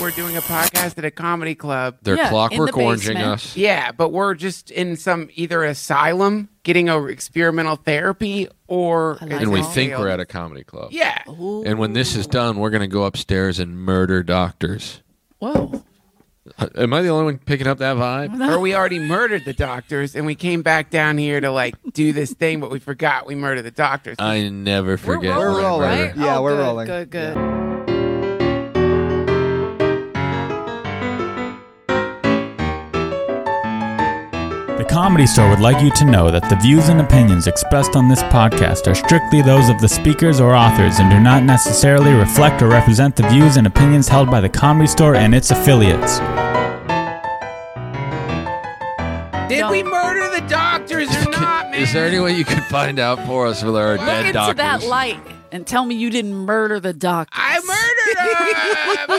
we're doing a podcast at a comedy club. They're Yeah, in clockwork the oranging basement. us. Yeah, but we're just in some either asylum getting a experimental therapy or like And we Alcohol. think we're at a comedy club. yeah. And when this is done, we're going to go upstairs and murder doctors. Whoa. Uh, Am I the only one picking up that vibe? Or we already murdered the doctors and we came back down here to like do this thing, but we forgot we murdered the doctors. I never Uh, forget. rolling, when I rolling, murder- Right? Yeah, Oh, we're good, rolling. Good, good. The Comedy Store would like you to know that the views and opinions expressed on this podcast are strictly those of the speakers or authors and do not necessarily reflect or represent the views and opinions held by the Comedy Store and its affiliates. Did Don't- we murder the doctors or not, man? Is there any way you could find out for us whether our Look dead into doctors? that light and tell me you didn't murder the doctor. I murdered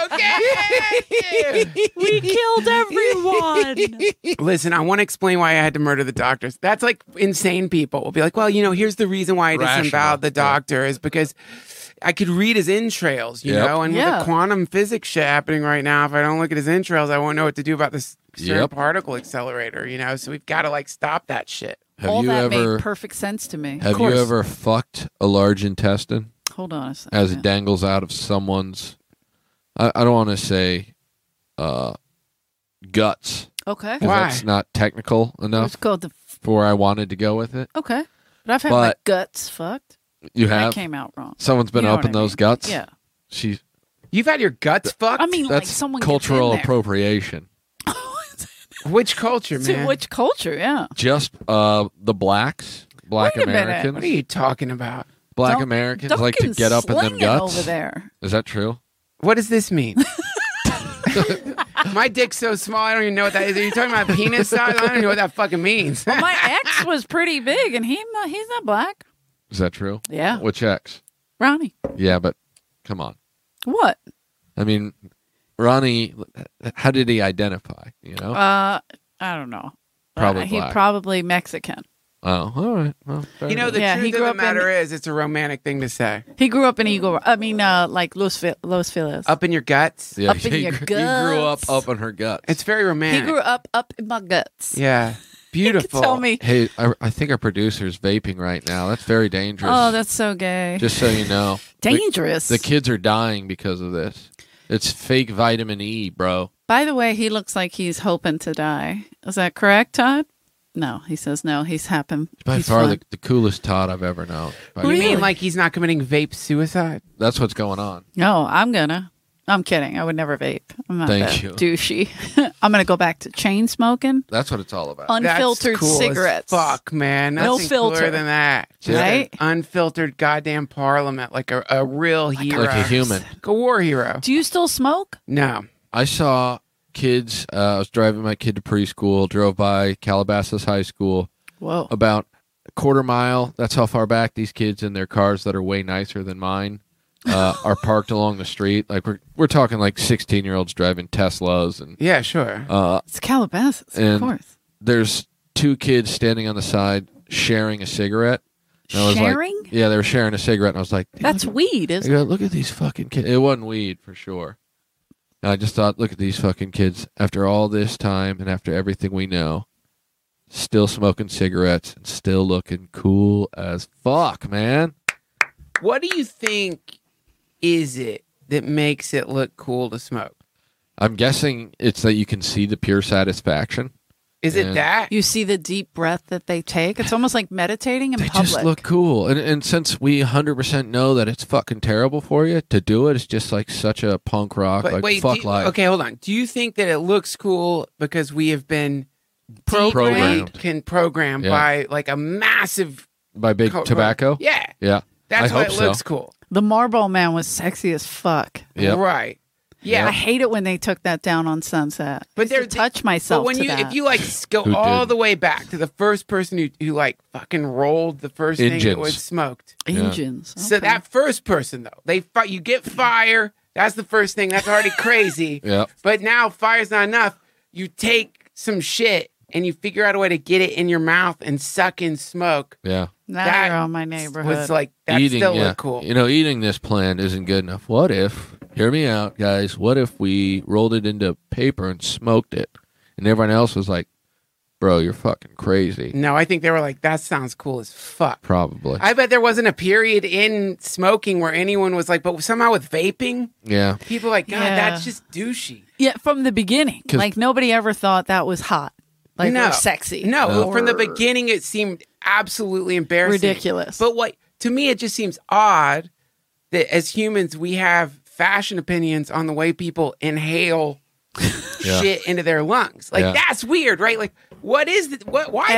them. Okay. We killed everyone. Listen, I want to explain why I had to murder the doctors. That's like insane people will be like, well, you know, here's the reason why I Rational, disemboweled the yeah. doctor is because I could read his entrails, you Yep. know, and with Yeah. the quantum physics shit happening right now, if I don't look at his entrails, I won't know what to do about this certain Yep. particle accelerator, you know. So we've got to like stop that shit. Have All you that ever made perfect sense to me. have you ever fucked a large intestine Hold on a second. as it dangles out of someone's? I, I don't want to say uh, guts. okay. 'cause Why? That's not technical enough It's called the. f- for where I wanted to go with it. Okay. But I've had my But- guts fucked. You have That came out wrong. someone's been You know up what in I those mean. guts. Yeah. she You've had your guts fucked? I mean, like that's someone cultural gets in there. appropriation. which culture, To man? which culture? Yeah. Just uh, the blacks, black Wait a minute. Americans, What are you talking about? black Dun- Americans like to Duncan's get up in them slinging guts. over there. Is that true? What does this mean? My dick's so small, I don't even know what that is. Are you talking about penis size? I don't even know what that fucking means. My ex was pretty big, and he not, he's not black. Is that true? Yeah, Which ex? Ronnie. Yeah, but come on. What? I mean, Ronnie, how did he identify? You know? Uh, I don't know. Probably uh, he black. probably Mexican. oh, all right. Well, fair You know, enough. the Yeah, he truth of grew the up in- matter is, it's a romantic thing to say. He grew up in Eagle. I mean, uh, like Los Fe- Los Feliz. Up in your guts. yeah, up in he your gr- You grew up guts. up in her guts. It's very he romantic. grew up up in my guts. Yeah. Beautiful. Tell me. hey, I, I think our producer's vaping right now. That's very dangerous. Oh, that's so gay. Just so you know, The- Dangerous. The, kids are dying because of this. It's fake vitamin E, bro. By the way, he looks like he's hoping to die. Is that correct, Todd? No, he says no. He's happy. By he's far fine. the, the coolest Todd I've ever known. By You far. mean like he's not committing vape suicide? That's what's going on. No, I'm gonna. I'm kidding. I would never vape. I'm not Thank that you. douchey. I'm gonna go back to chain smoking, That's what it's all about. unfiltered That's cool as cigarettes. Fuck, man. No Nothing filter. cooler than that. Yeah. Right? Unfiltered goddamn parliament, like a, a real hero. like a human. Like a war hero. Do you still smoke? No. I saw kids. Uh, I was driving my kid to preschool. Drove by Calabasas High School Whoa. about a quarter mile. That's how far back these kids in their cars that are way nicer than mine uh, are parked along the street. Like we're we're talking like sixteen year olds driving Teslas and Yeah, sure. uh, It's Calabasas, And of course. there's two kids standing on the side sharing a cigarette. And I was like- Sharing? yeah, they were sharing a cigarette, and I was like, "Dude, That's weed, I isn't it? go, look at these fucking kids. It wasn't weed for sure. And I just thought, look at these fucking kids. After all this time and after everything we know, still smoking cigarettes and still looking cool as fuck, man. What do you think is it that makes it look cool to smoke? I'm guessing it's that you can see the pure satisfaction. Is it Yeah. that? You see the deep breath that they take. It's almost like meditating in They public. just look cool. And, and since we 100% know that it's fucking terrible for you, to do it is just like such a punk rock, like do fuck you- life. Okay, hold on. Do you think that it looks cool because we have been Programmed. can program Yeah. by like a massive By Big co- Tobacco? Yeah, Yeah. that's I why hope it so. looks cool. the Marlboro Man was sexy as fuck. Yep. Right. Yeah. I hate it when they took that down on Sunset. But But they they're- touch But myself. when to you, if that. you like s- go Who all didn't? the way back to the first person who, who like fucking rolled the first thing that Engines. was smoked. Yeah. engines. So Okay. that first person though, they fi- you get fire. That's the first thing. That's already crazy. Yeah. But now fire's not enough. You take some shit and you figure out a way to get it in your mouth and suck in smoke. Yeah. now that you're on my neighborhood. Was like that still look cool. You know, eating this plant isn't good enough. What if Hear me out, guys. What if we rolled it into paper and smoked it? And everyone else was like, bro, you're fucking crazy. No, I think they were like, that sounds cool as fuck. Probably. I bet there wasn't a period in smoking where anyone was like, but somehow with vaping, yeah. people are like, God, Yeah. that's just douchey. Yeah, from the beginning. 'Cause- Like nobody ever thought that was hot. Like No. or sexy. No, or from the beginning, it seemed absolutely embarrassing. Ridiculous. But what to me, it just seems odd that as humans, we have fashion opinions on the way people inhale Yeah. shit into their lungs. Like Yeah. that's weird, right? Like, what is the, what? Why do we-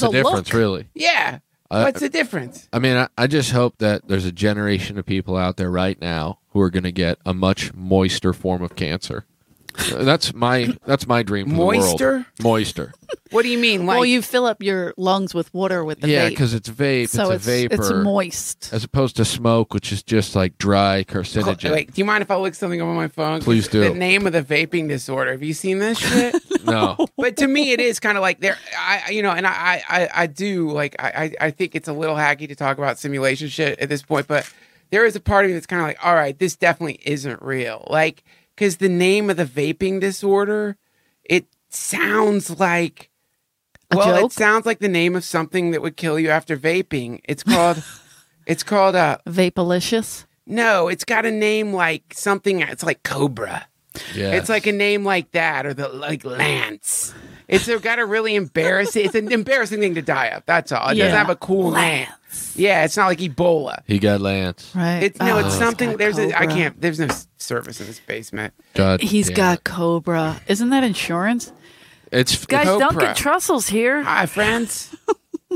What's the a difference, look. really? yeah. I- What's the difference? I mean, I, I just hope that there's a generation of people out there right now who are going to get a much moister form of cancer. Uh, That's my that's my dream. For The world. Moister? Moister. What do you mean? Like, well, you fill up your lungs with water with the yeah, vape. because it's vape. so it's, it's a vapor. it's moist. as opposed to smoke, which is just like dry Cl- carcinogen. wait, do you mind if I look something up on my phone? 'Cause Please do. The name of the vaping disorder. Have you seen this shit? No, but to me it is kind of like there i I- you know and i I- i i do like i i I think it's a little hacky to talk about simulation shit at this point but there is a part of me that's kind of like all right this definitely isn't real like because the name of the vaping disorder it sounds like A well joke? it sounds like the name of something that would kill you after vaping it's called it's called uh Vapolicious. no it's got a name like something it's like cobra yeah, it's like a name like that, or the like Lance. It's a- got a really embarrassing. It's an embarrassing thing to die of. That's all. It Yeah. doesn't have a cool name. Yeah, it's not like Ebola. he got Lance. Right. It's no. Oh, it's he's something. got There's. A, I Cobra. can't. There's no s- service in this basement. God He's damn got it. Cobra. Isn't that insurance? It's Guys, Duncan Cobra. Trussell's here. Hi, friends.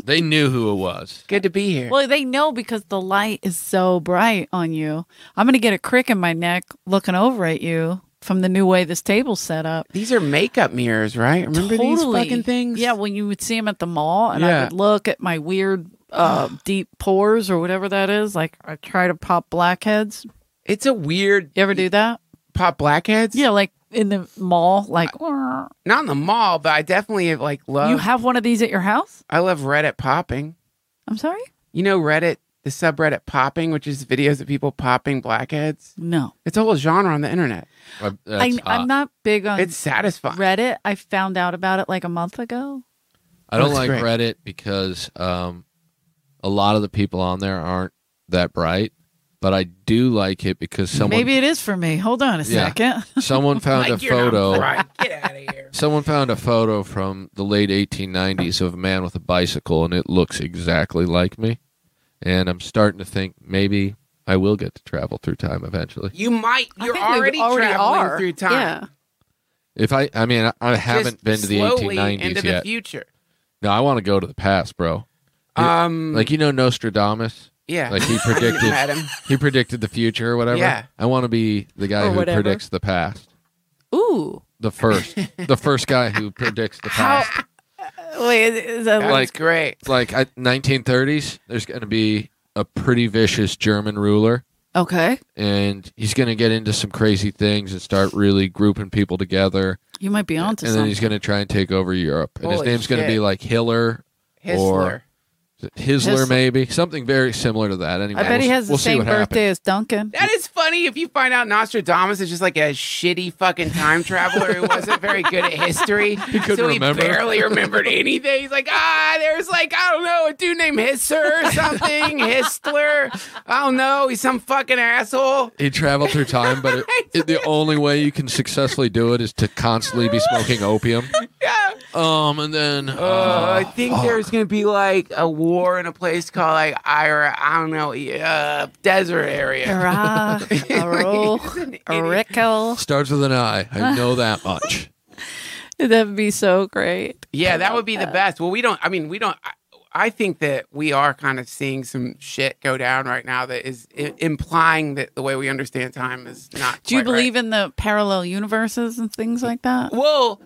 They knew who it was. Good to be here. Well, they know because the light is so bright on you. I'm going to get a crick in my neck looking over at you from the new way this table's set up. these are makeup mirrors, right? Remember Totally. these fucking things? Yeah, when you would see them at the mall, and I Yeah. would look at my weird uh, deep pores or whatever that is. Like I try to pop blackheads. It's a weird You ever do that? pop blackheads. Yeah, like in the mall. Like "Wah." Not in the mall, but I definitely have like love. you have one of these at your house. I love Reddit popping. I'm sorry. You know Reddit, the subreddit popping, which is videos of people popping blackheads. No, It's a whole genre on the internet. Uh, that's hot. I, I'm not big on It's satisfying. Reddit. I found out about it like a month ago. I don't That's like great. Reddit because um, a lot of the people on there aren't that bright, but I do like it because someone Maybe it is for me. Hold on a Yeah. second. someone found a Like, you're not photo. bright. Get out of here. Someone found a photo from the late 1890s of a man with a bicycle, and it looks exactly like me. And I'm starting to think maybe I will get to travel through time eventually. You might. I You're think we already, already traveling are. through time. Yeah. If I, I mean, I, I Just haven't been to the slowly 1890s into yet. the future. no, I want to go to the past, bro. Yeah. Um, Like you know Nostradamus. yeah. Like he predicted Adam. he predicted the future or whatever. Yeah. I want to be the guy Or who whatever. predicts the past. Ooh. The first, the first guy who predicts the How? past. Wait. Is that That's Like- great. Like I, 1930s, there's going to be a pretty vicious German ruler, okay? and he's going to get into some crazy things and start really grouping people together. You might be onto and then something. he's going to try and take over Europe. And his Holy name's going to be shit. like Hiller, Hissler. or- is it Hisler, Hisler. maybe something very similar to that. Anyway, I bet he we'll- has the we'll see same what birthday happens. as Duncan. that is funny if you find out Nostradamus is just like a shitty fucking time traveler who wasn't very good at history. He couldn't so he remember. barely remembered anything. He's like, ah, there's like, I don't know, a dude named Hisser or something, Histler. I don't know. He's some fucking asshole. He traveled through time, but it, it- the only way you can successfully do it is to constantly be smoking opium. Yeah. Um, and then uh, Uh, I think there's gonna be like a war in a place called like Ira, I don't know, uh, desert area. Hurrah, hurrah, hurricane. starts with an I. I know that much. That'd be so great. Yeah, that would be the best. Well, we don't. I mean, we don't. I, I think that we are kind of seeing some shit go down right now that is I- implying that the way we understand time is not. Do you quite right. believe in the parallel universes and things like that? Well,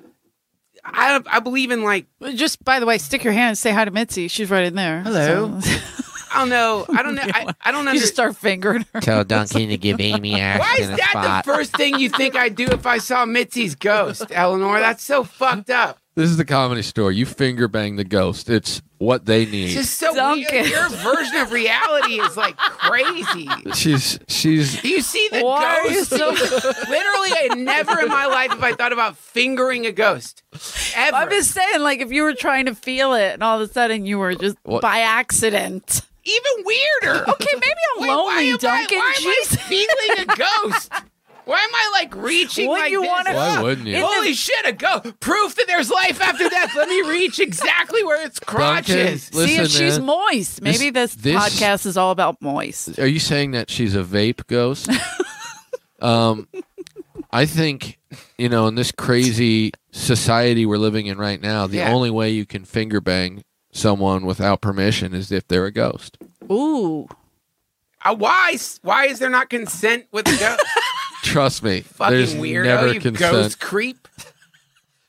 I I believe in like Just by the way, stick your hand and say hi to Mitzi. She's right in there. Hello. So- I don't know. I don't know. I, I don't you understand. just start fingering her. Tell Duncan to give Amy Why Ashton is a that spot. the first thing you think I do if I saw Mitzi's ghost, Eleanor? That's so fucked up. This is the comedy store. You finger bang the ghost. It's what they need. It's just so Dunk weird. it. Your version of reality is like crazy. she's she's Do you see the Why are you ghost? so- Literally, I never in my life have I thought about fingering a ghost. Ever. I'm just saying, like, if you were trying to feel it and all of a sudden you were just What? by accident. Even weirder. Okay, maybe I'm Wait, why lonely, am I- Duncan. Why am Jesus. I feeling a ghost? Why am I like reaching Wouldn't like you this? wanna- Why wouldn't you? It- Holy shit, a ghost! Proof that there's life after death. Let me reach exactly where its crotch Duncan, is. See if Listen, she's man. moist. Maybe this, this- podcast is all about moist. Are you saying that she's a vape ghost? um, I think you know in this crazy society we're living in right now, the Yeah. only way you can finger bang someone without permission is if they're a ghost. Ooh. Uh, why? s- Why is there not consent with a ghost? Trust me, Fucking there's weirdo, never you consent. ghost creep.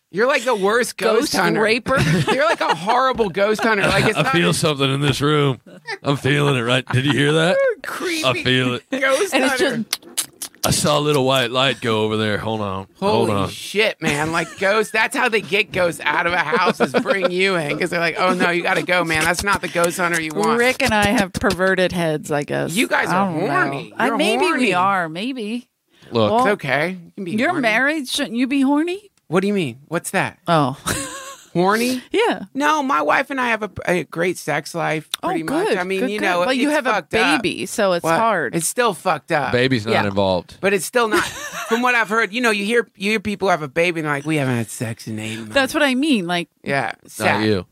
You're like the worst ghost, Ghost hunter. raper. You're like a horrible ghost hunter. Like it's not a something in this room. I'm feeling it. Right? Did you hear that? creepy it. ghost And it's hunter. just I saw a little white light go over there. Hold on. Holy shit, man! Like ghosts, that's how they get ghosts out of a house is bring you in because they're like, oh no, you got to go, man. That's not the ghost hunter you want. Rick and I have perverted heads, I guess. You guys I are don't know. horny. I, You're maybe horny. we are. Maybe. Look, it's Well, okay. You can be You're horny. married. Shouldn't you be horny? What do you mean? What's that? Oh, Horny? yeah. No, my wife and I have a, a great sex life. Pretty oh, good. much. I mean, good, you good. know, but you it's have a fucked up. baby, so it's What? hard. It's still fucked up. baby's not yeah. involved. But it's still not. from what I've heard, you know, you hear you hear people have a baby and they're like, we haven't had sex in eight months. That's what I mean. Like yeah. Not Sad. you.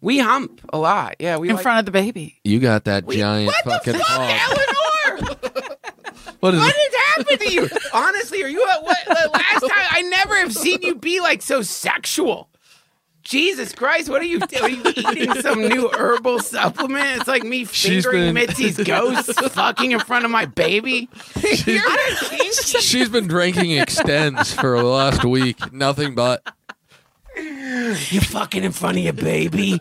We hump a lot. Yeah. We in like- front of the baby. You got that giant fucking hog. Eleanor, What is what has happened to you? Honestly, are you at what? The last time I never have seen you be like so sexual. Jesus Christ, what are you doing? Are you eating some new herbal supplement? It's like me She's fingering been- Mitzi's ghosts, fucking in front of my baby. You're not kinky. She's been drinking extends for the last week. Nothing but You're fucking in front of your baby.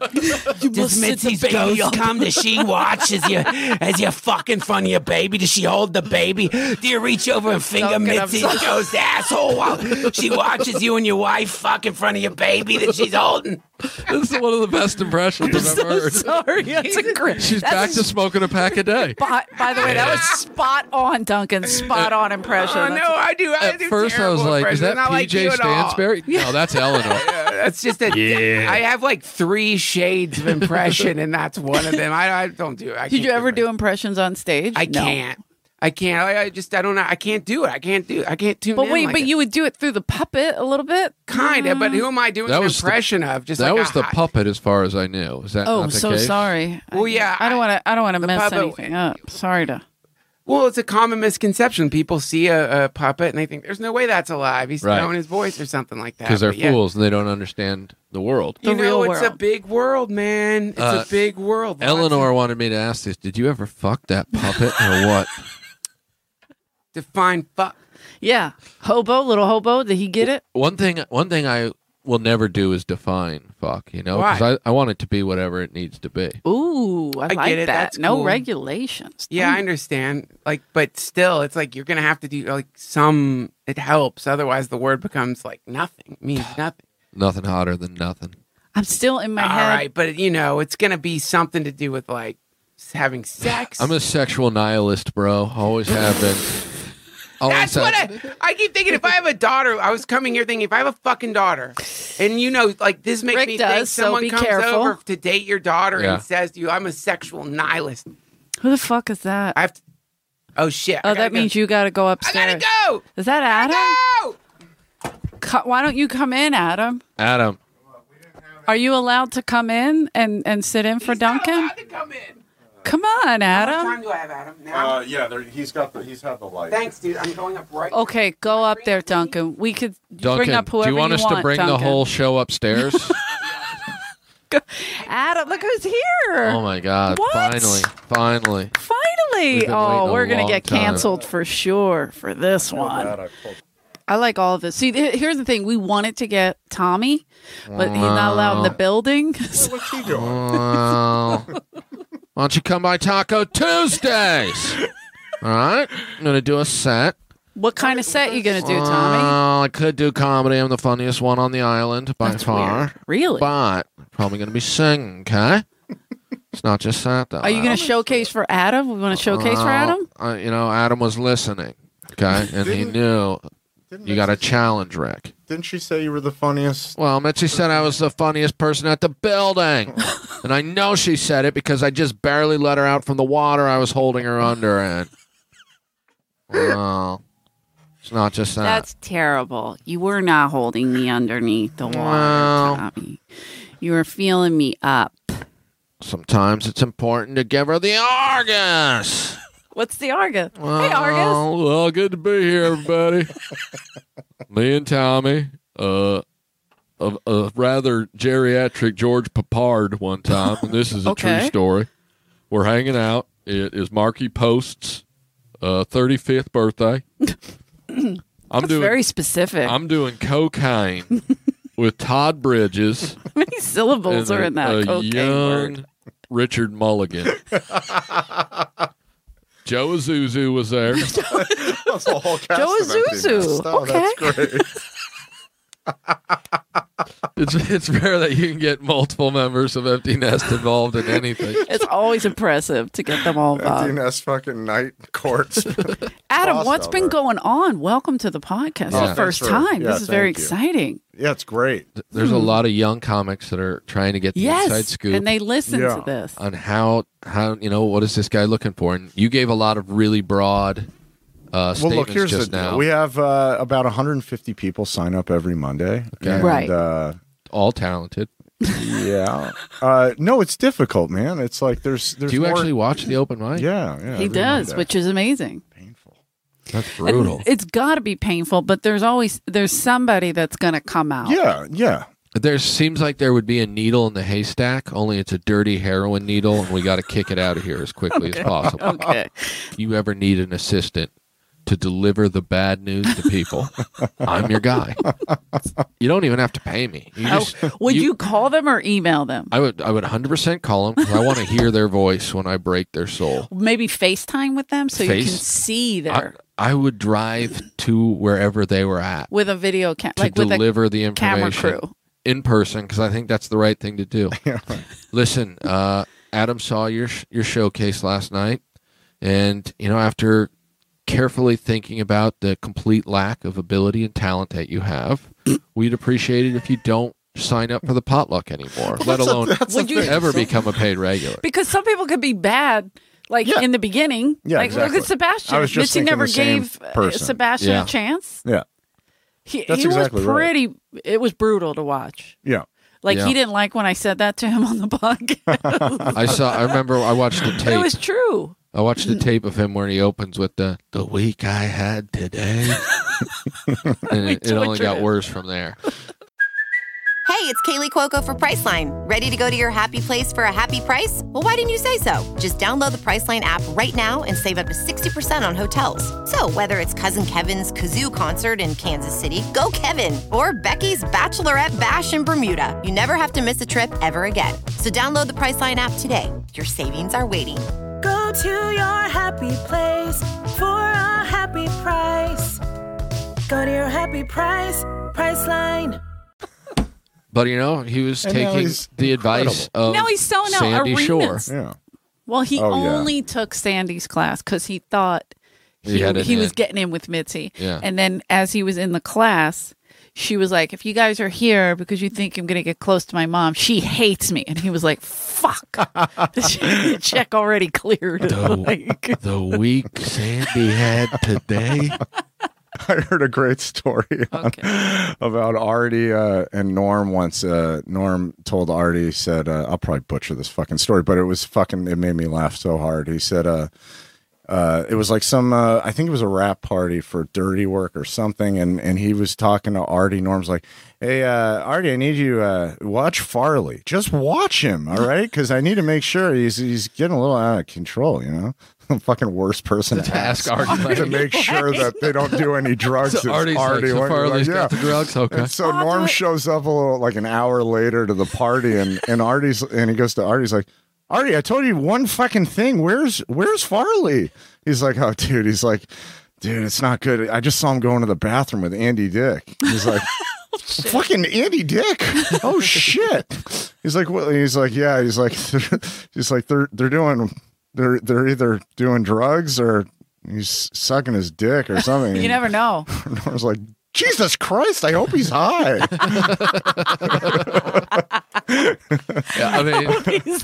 Does Mitzi's ghost come? Does she watch as you as you fuck in front of your baby? Does she hold the baby? Do you reach over and finger Duncan, I'm Mitzi's sorry. ghost asshole while she watches you and your wife fuck in front of your baby that she's holding? this is one of the best impressions I've ever heard. Sorry, that's a great. She's back to smoking a pack a day. By, by the way, that was spot on, Duncan. Spot on impression. Oh That's- no, I do. I At do first, I was terrible like, impressions. "Is that Not like PJ you at all. Stansberry?" No, that's Eleanor. Uh, That's just a. I have like three shades of impression, and that's one of them. I, I don't do. it. I Did you can't ever it. do impressions on stage? I No. can't. I can't. I, I just. I don't know. I can't do it. I can't do. I can't tune But in wait, like but that. you would do it through the puppet a little bit. Mm. kind of. But who am I doing That an was the- impression of? Just That like was a the hot- puppet, as far as I knew. Is that Oh, not the so case? sorry. Well, yeah, I don't want to. I don't want to mess puppet- anything up. Sorry to. Well, it's a common misconception. People see a, a puppet and they think, "There's no way that's alive. He's Right. throwing his voice or something like that." Because they're But yeah. fools and they don't understand the world. You The know, real it's a world. big world, man. It's Uh, a big world. Lots of- Eleanor wanted me to ask this: Did you ever fuck that puppet or what? define fuck. Yeah, hobo, little hobo. Did he get it? one thing, one thing I will never do is define fuck. You know, Why? because I, I want it to be whatever it needs to be. Ooh, I, get like it. that. That's no cool. regulations. Yeah, I understand. Like, but still, it's like you're gonna have to do like some. It helps, otherwise the word becomes like nothing. Means nothing. Nothing hotter than nothing. I'm still in my All right, head. but you know, it's gonna be something to do with like s- having sex. I'm a sexual nihilist, bro. Always have been. Always That's what I, I keep thinking. If I have a daughter, I was coming here thinking if I have a fucking daughter, and you know, like this makes Rick me think does, so someone be comes careful. over to date your daughter Yeah. and says to you, "I'm a sexual nihilist." Who the fuck is that? I have to. Oh shit! I oh, gotta that go. means you got to go I upstairs. gotta go. Is that Adam? Go. Co- Why don't you come in, Adam? Adam. Are you allowed to come in and, and sit in for He's not Duncan? allowed to come in. Come What on, time Adam. do I have, Adam? Now? Uh, yeah, there, he's got the he's had the light. Thanks, dude. I'm going up right. Okay, go up there, Duncan. We could Duncan, bring up do whoever you want us to bring the Duncan. whole show upstairs? Adam, look who's here. oh my god! What? Finally, finally. We've Finally. been waiting Oh, a we're going long to get time. canceled for sure for this one. I like all of this. See, th- here's the thing. We wanted to get Tommy, but he's not allowed in the building. So- What's he Mm-hmm. doing? Wow. Why don't you come by Taco Tuesdays? All right, I'm gonna do a set. What kind of set you gonna do, Tommy? Uh, I could do comedy. I'm the funniest one on the island by That's far. weird. Really? But I'm probably going to be singing, okay? it's not just that, though. Are you gonna showcase for Adam? We want to showcase for Adam. Uh, you know, Adam was listening, okay? And he Didn't- knew Didn't you got a Mitzi- challenge, Rick. Didn't she say you were the funniest? Well, Mitzi said I was the funniest person at the building. and I know she said it because I just barely let her out from the water I was holding her under in. Well, it's not just that. That's terrible. You were not holding me underneath the water, Wow. Tommy. You were feeling me up. Sometimes it's important to give her the Argus. What's the Arga? hey, Argus. Well, well, good to be here, everybody. Me and Tommy, uh, a, a rather geriatric George Papard one time, and this is a true Okay. story. We're hanging out. It is Marky Post's uh, 35th birthday. I'm That's doing very specific. I'm doing cocaine with Todd Bridges How many syllables and are a- in that a cocaine young word? Richard Mulligan. Joe Azuzu was there. That's a whole cast Joe of empty Zuzu. nests. Oh, Okay. That's great. It's it's rare that you can get multiple members of Empty Nest involved in anything. It's always impressive to get them all Empty involved. nest fucking night courts. Adam, Awesome. what's been going on? Welcome to the podcast. Yeah. It's the first Thanks for- time. yeah, this is very thank you. exciting. yeah, it's great. There's a lot of young comics that are trying to get the inside Hmm. Yes, scoop and they listen Yeah. to this. on how how you know what is this guy looking for. And you gave a lot of really broad uh, Well, statements look, here's the just deal. now. We have uh, about 150 people sign up every Monday. And, Right. Uh, All talented. yeah. Uh, no, it's difficult, man. It's like there's there's Do you more- actually watch the open mic? Yeah, yeah. he every does, Monday. which is amazing. painful. that's And brutal. It's got to be painful, but there's always there's somebody that's going to come out. Yeah, yeah. There seems like there would be a needle in the haystack, only it's a dirty heroin needle, and we got to kick it out of here as quickly as possible. Okay. If you ever need an assistant to deliver the bad news to people, I'm your guy. You don't even have to pay me. You Oh, just, would you, call them or email them? I would. I would 100 percent call them because I want to hear their voice when I break their soul. Maybe FaceTime with them so you can Face- see I, there I would drive to wherever they were at with a video cam, to like with a deliver the camera information. crew. in person because I think that's the right thing to do. Listen, uh, Adam saw your sh- your showcase last night, and you know after carefully thinking about the complete lack of ability and talent that you have, we'd appreciate it if you don't sign up for the potluck anymore, let alone Would you ever become a paid regular. because some people could be bad like Yeah. in the beginning Yeah, like exactly. look at sebastian I was just Mitzi thinking never the same gave uh, person. sebastian Yeah. a chance Yeah, he, That's he exactly was right. pretty it was brutal to watch yeah. like Yeah. he didn't like when i said that to him on the podcast I saw. I remember I watched a it tape. was true I watched a tape of him where he opens with the "the week I had today," and it, it only tortured got him. worse from there. Hey, it's Kaylee Cuoco for Priceline. Ready to go to your happy place for a happy price? Well, why didn't you say so? Just download the Priceline app right now and save up to 60% on hotels. So, whether it's Cousin Kevin's Kazoo concert in Kansas City, go Kevin, or Becky's Bachelorette Bash in Bermuda, you never have to miss a trip ever again. So, download the Priceline app today. Your savings are waiting. Go to your happy place for a happy price. Go to your happy price, price line. But you know, he was And now taking he's the advice of Now he's selling out Sandy Shore. arenas. Yeah. well he Oh, yeah. only took sandy's class because he thought He he, had it he was in. getting in with mitzi Yeah. and then as he was in the class she was like, if you guys are here because you think I'm going to get close to my mom, she hates me. And he was like, fuck. The Check already cleared. Like- The week Sandy had today. I heard a great story on- about Artie uh, and Norm once. Uh, Norm told Artie, said, uh, I'll probably butcher this fucking story, but it was fucking, it made me laugh so hard. He said, uh, uh, it was like some, uh, I think it was a rap party for Dirty Work or something. And, and he was talking to Artie. Norm's like, Hey, uh, Artie, I need you uh, watch Farley. Just watch him, all right? Because I need to make sure he's, he's getting a little out of control, you know? fucking worst person to Ask ask Artie. to make sure that they don't do any drugs. So Artie's like, Artie so went- Farley's like, got the drugs. Okay. And so Norm shows up a little like an hour later to the party, and and Artie's and he goes to Artie's like, Artie, I told you one fucking thing. Where's where's Farley? He's like, oh dude. He's like. dude, it's not good. I just saw him going to the bathroom with Andy Dick. He's like, Oh, fucking Andy Dick. Oh shit. He's like, what? He's like, yeah. He's like, he's like, they're they're doing, they're they're either doing drugs or he's sucking his dick or something. You never know. I was like, Jesus Christ! I hope he's high. Yeah, I mean,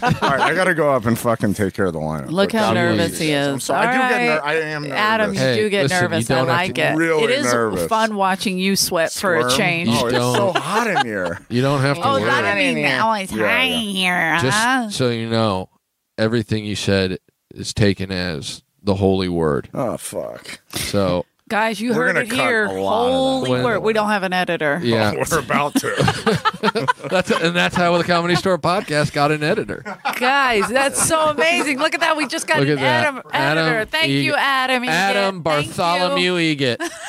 All right, I gotta go up and fucking take care of the lineup. Look how I'm nervous nervous. he I'm is. sorry. I do All get ner- right. I am nervous. Adam, you Hey, do get listen, you nervous. don't I have to like get it. really it is nervous. fun watching you sweat for Squirm? a change. Oh, it's so Don't. hot in here. you don't have to Oh, Uh-huh. worry. that I mean, now it's Yeah, high yeah. in here, huh? Just so you know, everything you said is taken as the holy word. Oh fuck. So Guys, you We're heard gonna it cut here. a lot of Holy that. word. We don't have an editor. yeah, Oh, We're about to. that's and that's how the Comedy Store podcast got an editor. Guys, that's so amazing. Look at that. We just got Look an at that. Adam, Adam editor. Thank Egan. you, Adam. Egan. Adam Thank Bartholomew you. Egat.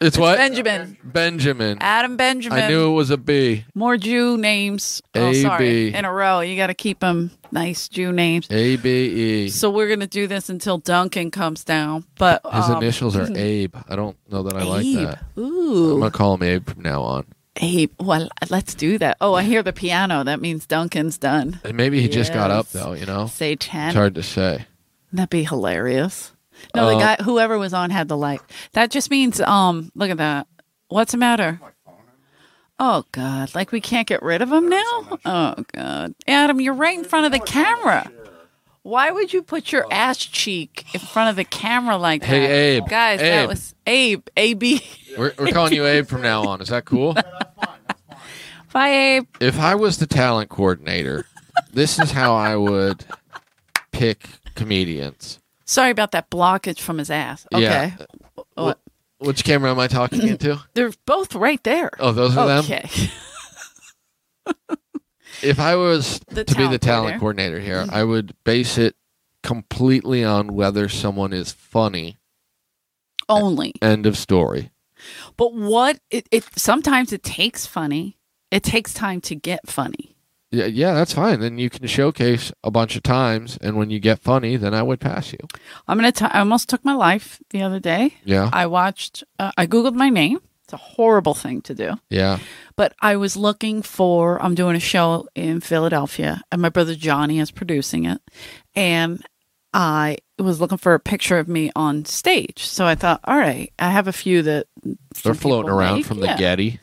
It's what Benjamin. Benjamin. Adam Benjamin. I knew it was a B. More Jew names. Oh, A, sorry. B. In a row. You got to keep them nice Jew names. A B E. So we're going to do this until Duncan comes down. But His um, initials are Abe. I don't know that I like Abe. that. I'm Ooh. gonna call him Abe from now on. Abe. Well, let's do that. Oh, I hear the piano. That means Duncan's done. And maybe he just got up Yes. though. You know, Say 10. it's hard to say. That'd be hilarious. No, the Uh, guy, whoever was on, had the light. That just means, um, look at that. What's the matter? Oh God! Like we can't get rid of him now? Oh God, Adam, you're right in front of the camera. Why would you put your ass cheek in front of the camera like that? Hey, Abe. guys, that Abe. was Abe. A B. We're, we're calling you Abe from now on. Is that cool? Bye, Abe. if I was the talent coordinator, this is how I would pick comedians. Sorry about that blockage from his ass. Okay, Yeah. What? Which camera am I talking into? they're both right there. Oh, those are them. okay. If I was The Mm-hmm. to be the talent talent coordinator here, I would base it completely on whether someone is funny. Only. End of story. But what it, it sometimes it takes funny. It takes time to get funny. Yeah, yeah, that's fine. Then you can showcase a bunch of times, and when you get funny, then I would pass you. I'm gonna. T- I almost took my life the other day. Yeah, I watched. Uh, I googled my name. It's a horrible thing to do. yeah. But I was looking for. I'm doing a show in Philadelphia, and my brother Johnny is producing it. And I was looking for a picture of me on stage. So I thought, all right, I have a few that They're some floating people around make. from Yeah. the Getty.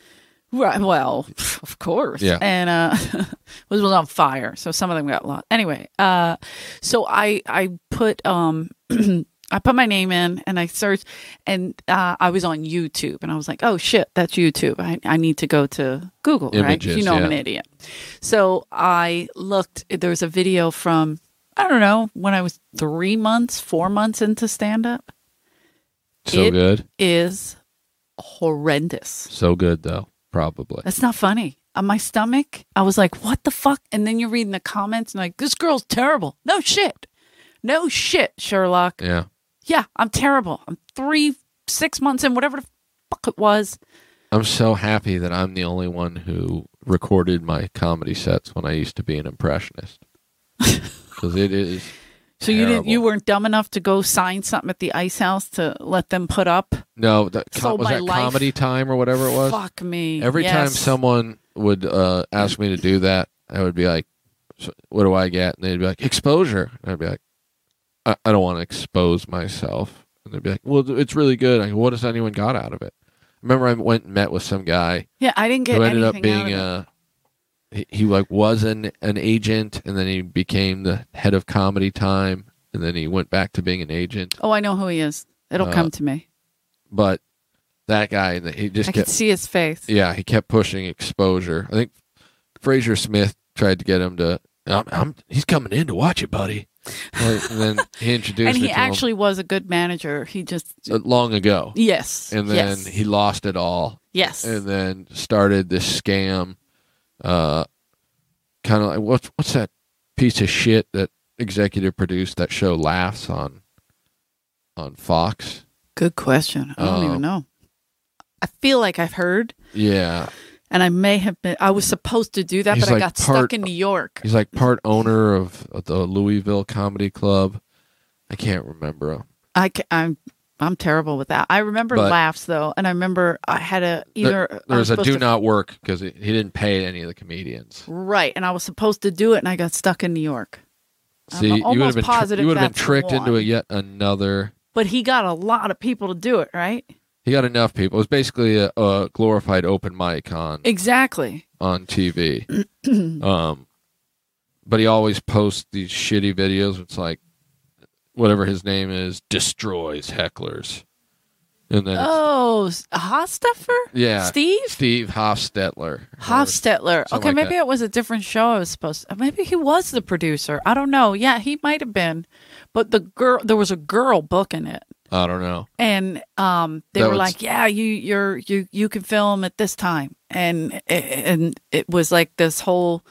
Right. Well, of course. Yeah. And uh, was was on fire, so some of them got lost. Anyway, uh, so I I put um I put my name in and I searched, and uh, I was on YouTube, and I was like, oh shit, that's YouTube. I I need to go to Google, right? 'Cause Images, You know I'm yeah. an idiot. So I looked. There was a video from I don't know when I was three months, four months into stand up. So It- good, Is horrendous. so good though. Probably. That's not funny. On my stomach, I was like, what the fuck? And then you're reading the comments and like, this girl's terrible. No shit. No shit, Sherlock. Yeah, Yeah. I'm terrible. I'm three, six months in, whatever the fuck it was. I'm so happy that I'm the only one who recorded my comedy sets when I used to be an impressionist. Because it is So you didn't Terrible. you weren't dumb enough to go sign something at the ice house to let them put up? no that com- So was my that life- comedy time or whatever it was. Fuck me. Every time Yes. someone would uh, ask me to do that, I would be like, "So "What do I get?" And they'd be like, "Exposure." And I'd be like, "I, I don't want to expose myself." And they'd be like, "Well, it's really good." I go, "What has anyone got out of it?" remember I went and met with some guy Yeah, I didn't get who ended up anything out being of uh it. he, he like was an an agent and then he became the head of comedy time and then he went back to being an agent Oh, I know who he is. It'll uh, come to me. but that guy he just I could kept see his face. yeah he kept pushing exposure i think fraser smith tried to get him to I'm, I'm he's coming in to watch it buddy Like, and then he introduced And it he to actually was a good manager. He just him uh, long ago Yes. and then yes, he lost it all Yes. and then started this scam. Uh, kind of like what's what's that piece of shit that executive produced that show Laughs on on Fox? Good question. I don't Um, even know. I feel like I've heard, Yeah, and I may have been. I was supposed to do that, Mm-hmm. He's but I like got part- stuck in New York. he's like part owner of, of the Louisville Comedy Club. I can't remember him. I ca- I'm I'm terrible with that. I remember But- laughs though, and I remember I had a either There, I there was a supposed do to- not work because he he didn't pay any of the comedians. right, and I was supposed to do it, and I got stuck in New York. I'm See, you would have almost been tr- positive you would have been that's tricked the into a one. yet another. But he got a lot of people to do it, right? He got enough people. It was basically a, a glorified open mic on Exactly. on TV. um, but he always posts these shitty videos. It's like whatever his name is destroys hecklers, and then it's- Oh, S- Hostetler? yeah, Steve Steve Hofstetler. Hofstetler. Something Okay, like maybe that. it was a different show. I was supposed. To, maybe he was the producer. I don't know. Yeah, he might have been, but the girl there was a girl booking it. I don't know. and um, they That were was- like, "Yeah, you you're you you can film at this time," and and it was like this whole.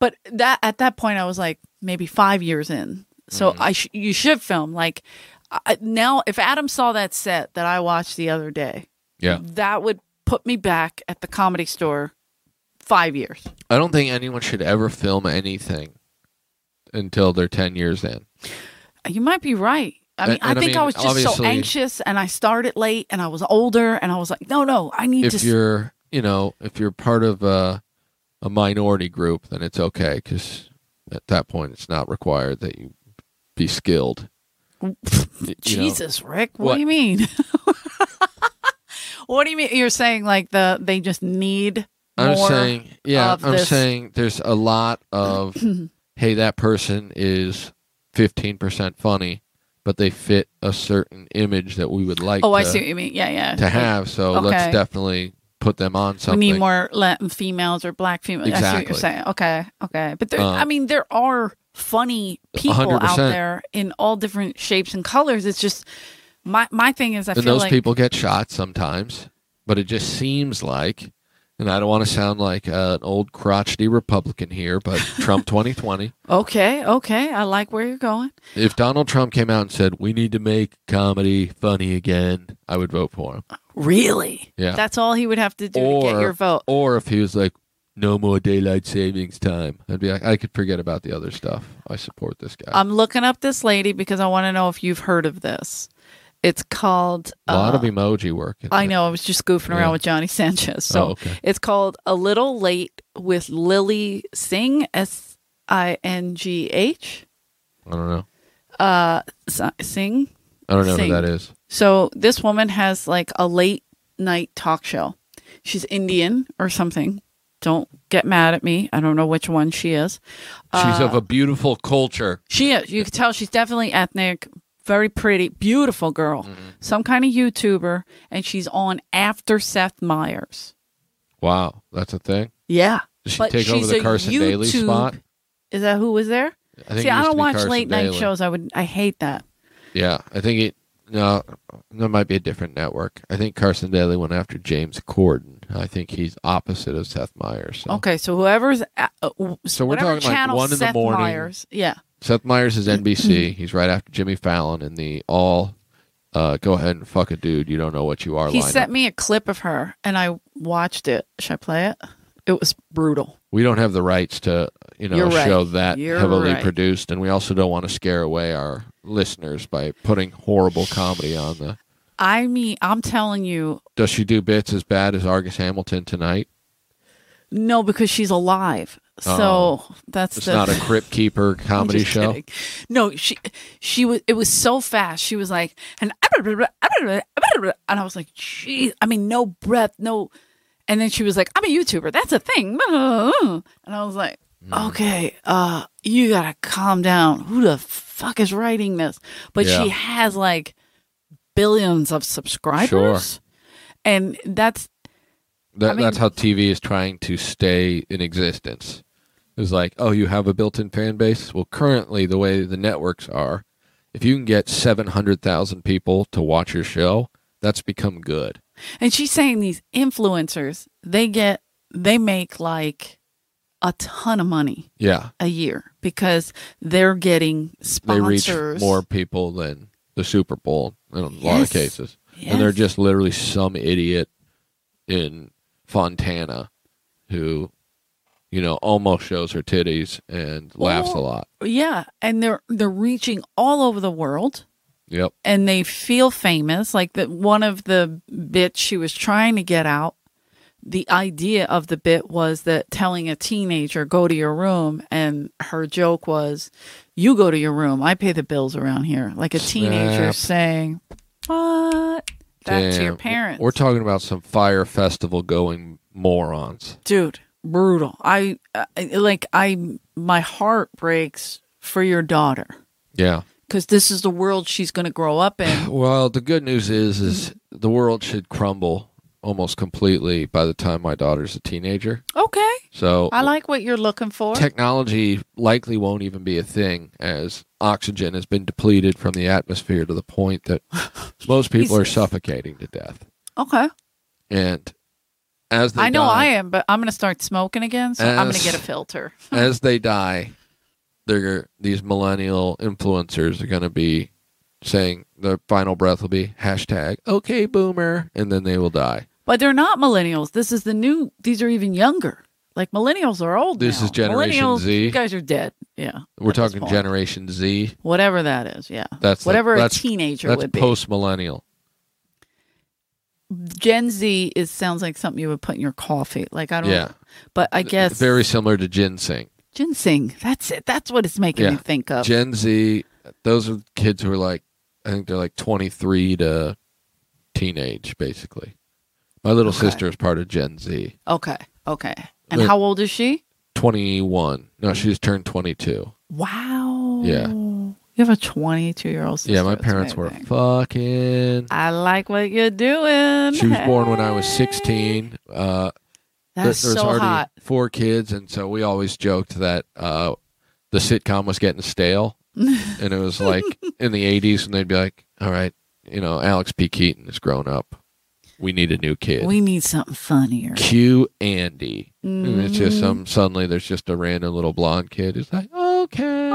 But that at that point, I was like maybe five years in, so Mm-hmm. I sh- you should film like I, now. If Adam saw that set that I watched the other day, Yeah, that would put me back at the comedy store five years. I don't think anyone should ever film anything until they're ten years in. You might be right. I And- mean, I and I think I, mean, was just so obviously- anxious, and I started late, and I was older, and I was like, "No, no, I need if to." s- you're you know if you're part of a, a minority group then it's okay because at that point it's not required that you be skilled You know, Jesus, Rick, what, What? do you mean? what do you mean? You're saying like the they just need i'm more saying yeah of i'm this- saying there's a lot of hey that person is 15% funny but they fit a certain image that we would like Oh, to, I see what you mean. Yeah, yeah. to have so Okay. let's definitely put them on we something need more Latin females or black females. I see what Exactly. you're saying. Okay, okay. But there, Um, I mean, there are funny people out 100%. there in all different shapes and colors. It's just my my thing is I and feel those like people get shot sometimes, but it just seems like, and I don't want to sound like uh, an old crotchety Republican here, but Trump 2020. okay, okay. I like where you're going. If Donald Trump came out and said, we need to make comedy funny again, I would vote for him. Really, Yeah. that's all he would have to do to get your vote. Or if he was like, no more daylight savings time, I'd be like, I could forget about the other stuff. I support this guy. I'm looking up this lady because I want to know if you've heard of this. It's called. a lot uh, of emoji work. in I there. know. I was just goofing Yeah. around with Johnny Sanchez. So Oh, okay. it's called A Little Late with Lily Singh, S I N G H I don't know. uh, Si- Singh. I don't know Sing. who that is. So this woman has like a late night talk show. She's Indian or something. Don't get mad at me. I don't know which one she is. She's Uh, of a beautiful culture. She is. You can tell she's definitely ethnic, very pretty, beautiful girl, Mm-hmm. some kind of YouTuber, and she's on after Seth Meyers. Wow. That's a thing. Yeah. Did she But take over she's the a Carson Daly YouTube- spot? Is that who was there? I think See, it I used to don't be watch Carson late night Daly. shows. I would I hate that. Yeah, I think it. No, that might be a different network. I think Carson Daly went after James Corden. I think he's opposite of Seth Meyers. So. Okay, so whoever's at, uh, w- Oh. So we're whatever talking, like, channel one in the Seth morning. Meyers, yeah. Seth Meyers is NBC. he's right after Jimmy Fallon in the all. Uh, go ahead and fuck a dude. You don't know what you are. He lineup. sent me a clip of her and I watched it. Should I play it? It was brutal. we don't have the rights to you know You're a right. show that You're heavily right. produced, and we also don't want to scare away our listeners by putting horrible comedy on the. I mean, I'm telling you, Does she do bits as bad as Argus Hamilton tonight? no, because she's alive. So Oh. that's It's the, not a crypt keeper I'm comedy just show. kidding. No, she she was. It was so fast. She was like, and and I was like, geez. I mean, no breath, no. And then she was like, I'm a YouTuber. That's a thing. And I was like, Mm. okay, uh, you gotta calm down. Who the fuck is writing this? But Yeah. she has like billions of subscribers, and that's That, I mean- that's how TV is trying to stay in existence. It's like, oh, you have a built-in fan base. Well, currently, the way the networks are, if you can get seven hundred thousand people to watch your show, that's become good. And she's saying these influencers, they get they make like a ton of money Yeah, a year because they're getting they sponsors. reach more people than the Super Bowl in a lot of Yes. cases, and they're Yes. just literally some idiot in Fontana who, you know, almost shows her titties and laughs a Or- lot. Yeah, and they're they're reaching all over the world. Yep. and they feel famous. Like that one of the bits she was trying to get out, the idea of the bit was that telling a teenager, go to your room. And her joke was, you go to your room. I pay the bills around here. Like a teenager Snap. saying, what? Back to your Damn. parents. We're talking about some fire festival going morons. Dude, brutal. I, I like, I, my heart breaks for your daughter Yeah. because this is the world she's going to grow up in. Well, the good news is, is the world should crumble almost completely by the time my daughter's a teenager. okay. So I like what you're looking for. technology likely won't even be a thing as oxygen has been depleted from the atmosphere to the point that most people are Jesus. suffocating to death. okay. And as they I know I die, am, but I'm going to start smoking again, so I'm going Yes. to get a filter. as they die, they're these millennial influencers are going to be saying their final breath will be hashtag okay boomer, and then they will die. But they're not millennials. This is the new. These are even younger. Like millennials are old. This now. is Generation Millennials, Z. You guys are dead. Yeah. We're at this talking point. Generation Z. Whatever that is. Yeah. That's the- whatever that's- a teenager That's would be. post millennial. Gen Z is sounds like something you would put in your coffee. Like I don't. Yeah. But I guess Very similar to ginseng. ginseng. That's it. That's what it's making Yeah. me think of. Gen Z, those are kids who are like, I think they're like 23 to teenage, basically. My little sister is part of Gen Z. okay. Okay. And Uh, how old is she? 21. Mm-hmm. No, she's turned 22. Wow. Yeah. You have a 22 year old. yeah, my parents were fucking. I like what you're doing. She was born when I was Hey. 16. Uh, there- That's there's so already hot. four kids, and so we always joked that uh, the sitcom was getting stale, and it was like in the '80s, and they'd be like, "All right, you know, Alex P. Keaton is grown up. We need a new kid. We need something funnier. Cue Andy." And it's just Mm. some suddenly there's just a random little blonde kid who's like, "Okay."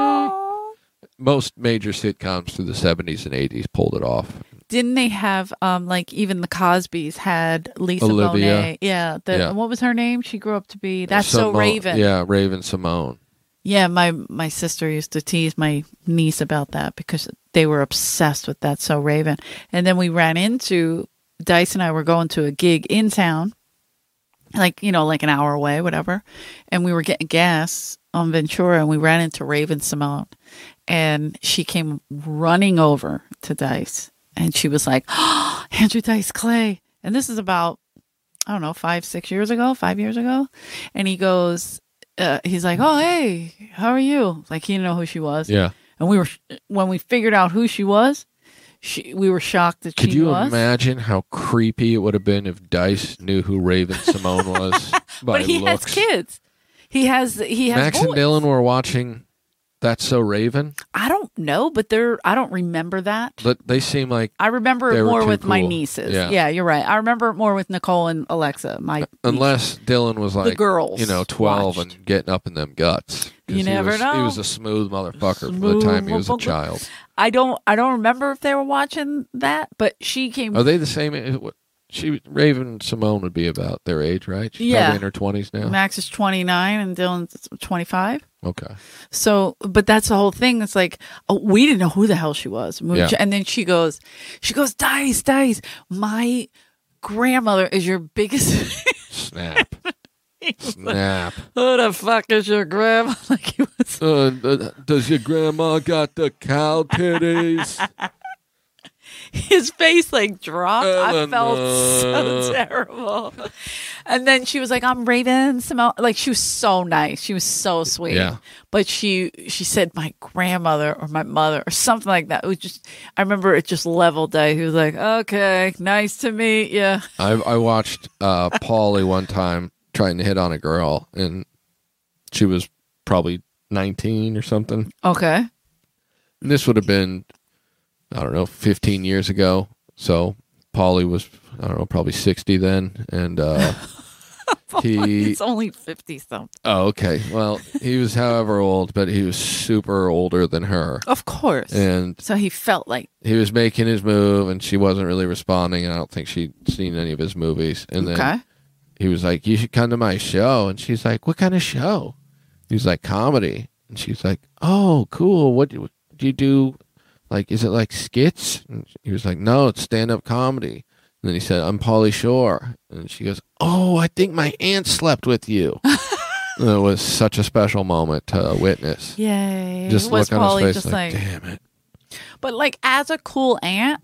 Most major sitcoms through the '70s and '80s pulled it off. Didn't they have um like even the Cosbys had Lisa Olivia. Bonet? Yeah, the, Yeah. What was her name? She grew up to be that's Simone- so Raven. Yeah, Raven Simone. Yeah, my my sister used to tease my niece about that because they were obsessed with that so Raven. And then we ran into Dice and I were going to a gig in town, like you know, like an hour away, whatever. And we were getting gas on Ventura, and we ran into Raven Simone, and she came running over to Dice, and she was like, oh, "Andrew Dice Clay," and this is about I don't know, five, six years ago, five years ago. And he goes, uh, he's like, oh, hey, how are you? Like, he didn't know who she was. Yeah. And we were, when we figured out who she was, she, we were shocked that Could she you was. imagine how creepy it would have been if Dice knew who Raven Simone was? by but he looks? has kids. He has, he has Max and boys. Dylan were watching That's So Raven, I don't know, but they're, I don't remember that. but they seem like I remember They it were more too with my cool. nieces. Yeah. Uh, Yeah. you're right. I remember it more with Nicole and Alexa. My unless Dylan was like girls you know, twelve watched. and getting up in them guts. 'Cause You he never was- He know. was a smooth motherfucker from the Smooth time he was a motherfucker. child. I don't I don't remember if they were watching that, but she came Are they the same? e, what- She Raven Simone would be about their age, right? She's Yeah. probably in her twenties now. Max is 29 and Dylan's 25. okay, So, but that's the whole thing. It's like, oh, we didn't know who the hell she was. When we- Yeah. And then she goes, she goes, Dice, Dice, my grandmother is your biggest. snap, snap. who the fuck is your grandma? Like he was. Uh, uh, does your grandma got the cow titties? his face like dropped. I Eleanor. felt so terrible. And then she was like, "I'm Raven Simone." Like she was so nice. She was so sweet. Yeah. But she she said my grandmother or my mother or something like that. It was just I remember it just leveled out. He was like, "Okay, nice to meet you." I, I watched uh, Paulie one time trying to hit on a girl, and she was probably 19 or something. Okay. And this would have been, I don't know, 15 years ago. So Paulie was, I don't know, probably 60 then. And uh, he, It's only fifty something. oh, okay. Well, he was however old, but he was super older than her. Of course. And So he felt like he was making his move, and she wasn't really responding. And I don't think she'd seen any of his movies. And then okay. he was like, "You should come to my show." And she's like, "What kind of show?" He's like, "Comedy." And she's like, "Oh, cool. What do, do you do like, is it like skits? And he was like, no, it's stand up comedy. And then he said, I'm Polly Shore. And she goes, oh, I think my aunt slept with you. And it was such a special moment to witness. Yay. Just was look on Polly his face, just like, like, damn it. but like as a cool aunt,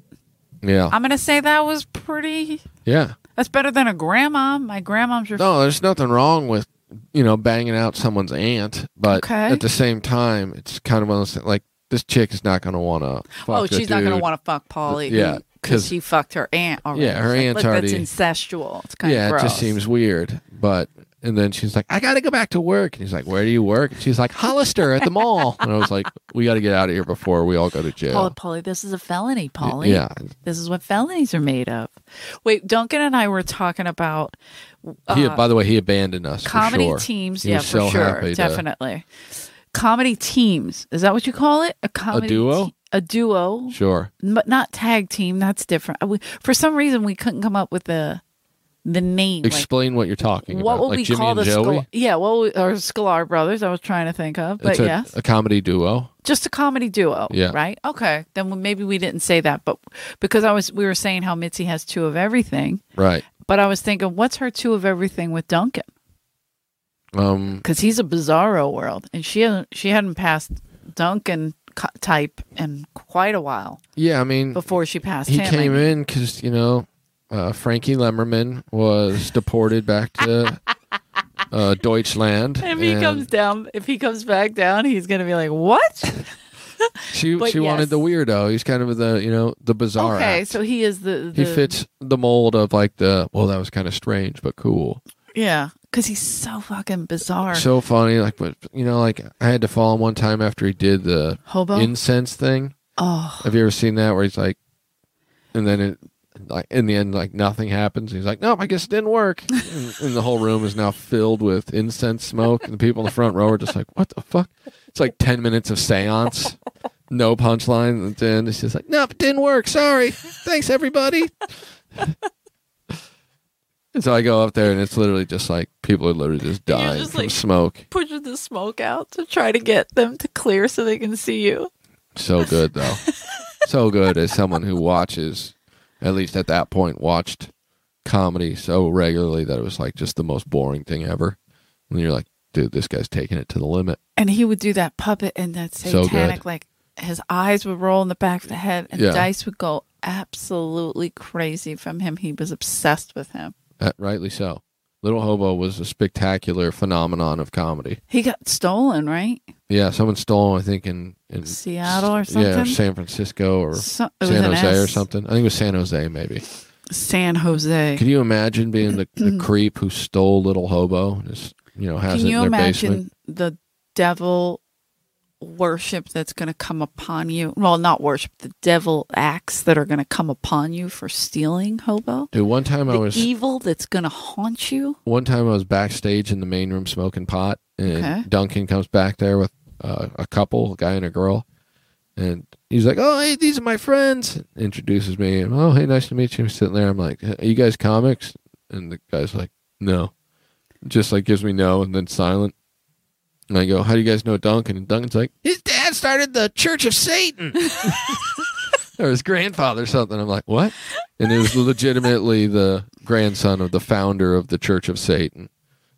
Yeah, I'm gonna say that was pretty yeah. that's better than a grandma. My grandma's your No, there's nothing wrong with you know banging out someone's aunt, but Okay. at the same time, it's kind of one of those things, like this chick is not going to want to. Oh, she's not gonna want to fuck Polly. Yeah, Because 'cause- she fucked her aunt already. Yeah, her It's like, aunt's Look, already- That's incestual. It's kind Yeah, of gross. it just seems weird, but. And then she's like, "I got to go back to work." And he's like, "Where do you work?" And she's like, "Hollister at the mall." And I was like, "We got to get out of here before we all go to Polly, jail." Polly, this is a felony, Y- Polly. Yeah, This is what felonies are made of. Wait, Duncan and I were talking about he. uh, by the way, he abandoned us. for comedy sure. teams. He yeah, was for so sure. happy to- Definitely. Comedy teams. Is that what you call it? A comedy duo? te- a duo. Sure. But not tag team. That's different. Uh, we- For some reason, we couldn't come up with the the name. like, Explain what you're talking what about. would like we Jimmy call and the Joey? Sklar- yeah, what would, or Sklar brothers? I was trying to think of, but it's a, yes, a comedy duo. just a comedy duo. Yeah. right. Okay, then we, maybe we didn't say that, but because I was, we were saying how Mitzi has two of everything, Right. but I was thinking, what's her two of everything with Duncan? Um, Because he's a bizarro world, and she hasn't, she hadn't passed Duncan co- type in quite a while yeah, I mean, before she passed he him. came in because you know uh, Frankie Lemmerman was deported back to uh, Deutschland, If he comes down, if he comes back down, he's gonna be like, "What?" she but she wanted yes. the weirdo. He's kind of the you know the bizarre. okay, act. so he is the, the he fits the mold of like the well that was kind of strange but cool. Yeah, because he's so fucking bizarre. So funny, like but you know like I had to follow him one time after he did the Hobo. incense thing. oh, Have you ever seen that where he's like, and then it, like in the end, like nothing happens. He's like, nope, I guess it didn't work. and, and the whole room is now filled with incense smoke, and the people in the front row are just like, what the fuck? It's like ten minutes of seance, no punchline. And then it's just like, nope, it didn't work. Sorry. Thanks, everybody. and so I go up there, and it's literally just like people are literally just And you're dying just from like- smoke. pushes the smoke out to try to get them to clear so they can see you. So good though. so good as someone who watches at least at that point watched comedy so regularly that it was like just the most boring thing ever. And you're like, dude, this guy's taking it to the limit. And he would do that puppet and that So satanic, good. like his eyes would roll in the back of the head, and Yeah. Dice would go absolutely crazy from him. He was obsessed with him. Uh, rightly so. Little Hobo was a spectacular phenomenon of comedy. He got stolen, right? Yeah, someone stole him, I think, in, in Seattle or Yeah, something? San Francisco or So- it was San an Jose or S. something. I think it was San Jose, maybe. San Jose. Can you imagine being the, the creep who stole Little Hobo? and Just, you know, has Can it in you their imagine basement. the devil worship that's going to come upon you? Well, not worship, the devil acts that are going to come upon you for stealing hobo. Dude, one time I the was evil that's going to haunt you. one time I was backstage in the main room smoking pot, and Okay. Duncan comes back there with uh, a couple, a guy and a girl, and he's like, "Oh, hey, these are my friends." Introduces me, and oh, hey, nice to meet you. I'm sitting there, I'm like, "Are you guys comics?" And the guy's like, "No," just like gives me no, and then silent. And I go, "How do you guys know Duncan?" And Duncan's like, "His dad started the Church of Satan." Or his grandfather, or something. I'm like, what? And it was legitimately the grandson of the founder of the Church of Satan.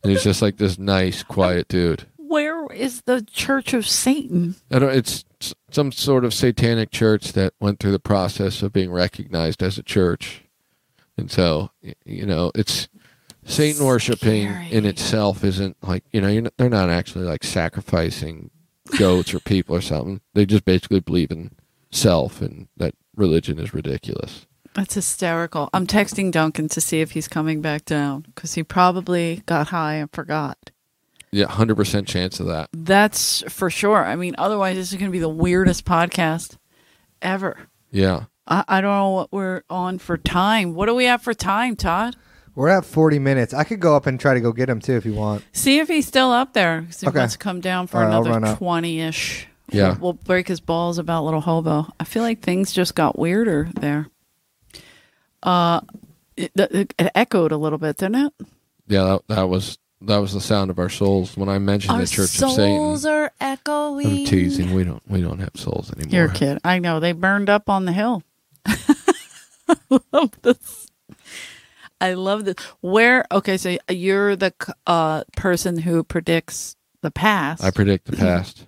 And he's just like this nice, quiet dude. Where is the church of Satan? I don't, it's s- some sort of satanic church that went through the process of being recognized as a church. And so, y- you know, it's Satan worshiping in Scary. itself isn't like, you know, you're not, they're not actually like sacrificing goats or people or something. They just basically believe in self and that religion is ridiculous. That's hysterical. I'm texting Duncan to see if he's coming back down because he probably got high and forgot. Yeah, 100% chance of that. That's for sure. I mean, otherwise, this is going to be the weirdest podcast ever. Yeah. I, I don't know what we're on for time. What do we have for time, Todd? We're at 40 minutes. I could go up and try to go get him too if you want. See if he's still up there. 'cause he Okay. wants to come down for All right, I'll run another up. twenty ish. Yeah. we'll, we'll break his balls about little hobo. I feel like things just got weirder there. Uh, it, it, it echoed a little bit, didn't it? Yeah, that, that was That was the sound of our souls when I mentioned Our the Church of Satan. souls are echoing. I'm teasing. We don't. We don't have souls anymore. You're a kid. I know. They burned up on the hill. I love this. I love this. Where, okay, so you're the c- uh, person who predicts the past. I predict the past.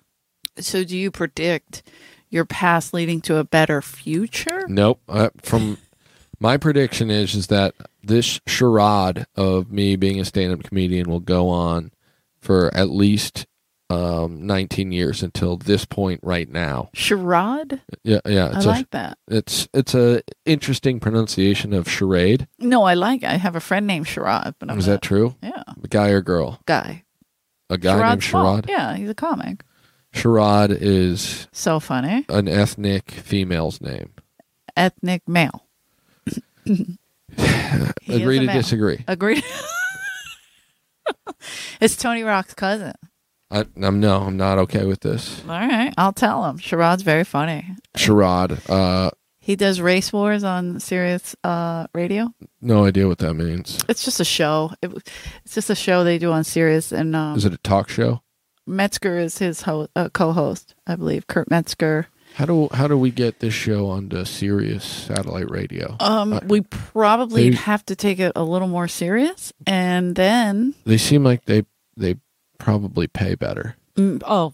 so do you predict your past leading to a better future? nope. Uh, from my prediction is is that this charade of me being a stand-up comedian will go on for at least um, 19 years until this point right now. Charade? Yeah, yeah. I It's like that. a, it's it's a interesting pronunciation of charade. No, I like I have a friend named Sharad, but I'm Is not- that true? Yeah. A guy or girl? Guy. A guy named Sharad's mom. Sharad. Yeah, he's a comic. Sharad is So funny. an ethnic female's name. Ethnic male. He is Agree a to male. disagree. Agreed. it's Tony Rock's cousin. I, I'm no, I'm not okay with this. All right, I'll tell him. Sherrod's very funny. Sherrod, uh, He does race wars on Sirius uh, Radio. no idea what that means. It's just a show. It, w- it's just a show they do on Sirius, and um, Is it a talk show? Metzger is his ho- uh, co-host, I believe. Kurt Metzger. How do how do we get this show onto Sirius satellite radio? Um, Uh, we probably they- have to take it a little more serious, and then they seem like they they probably pay better. mm, oh,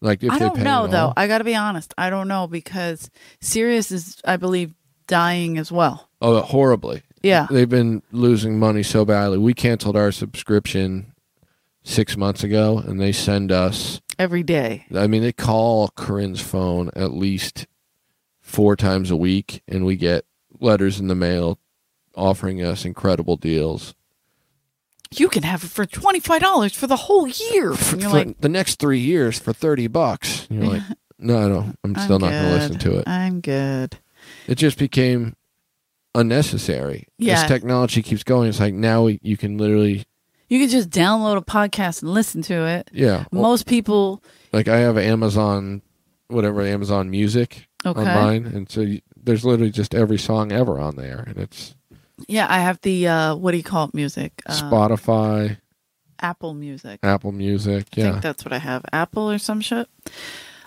Like if I they don't pay know at though. all. I got to be honest. I don't know because Sirius is, I believe, dying as well. Oh, horribly. Yeah. They've been losing money so badly. We canceled our subscription six months ago, and they send us. every day. I mean, they call Corinne's phone at least four times a week, and we get letters in the mail offering us incredible deals. You can have it for twenty five dollars for the whole year. For, And you're for like, the next three years for thirty bucks. And you're like, no, no, I'm still not going to listen to it. I'm good. It just became unnecessary. Yeah. This technology keeps going. It's like now we, you can literally, You can just download a podcast and listen to it. yeah. well, Most people, like I have Amazon, whatever Amazon Music Okay. on mine, and so you, there's literally just every song ever on there, and it's yeah, I have the uh, what do you call it? Music, uh, Spotify, Apple Music. Apple Music, I yeah. think that's what I have. Apple or some shit.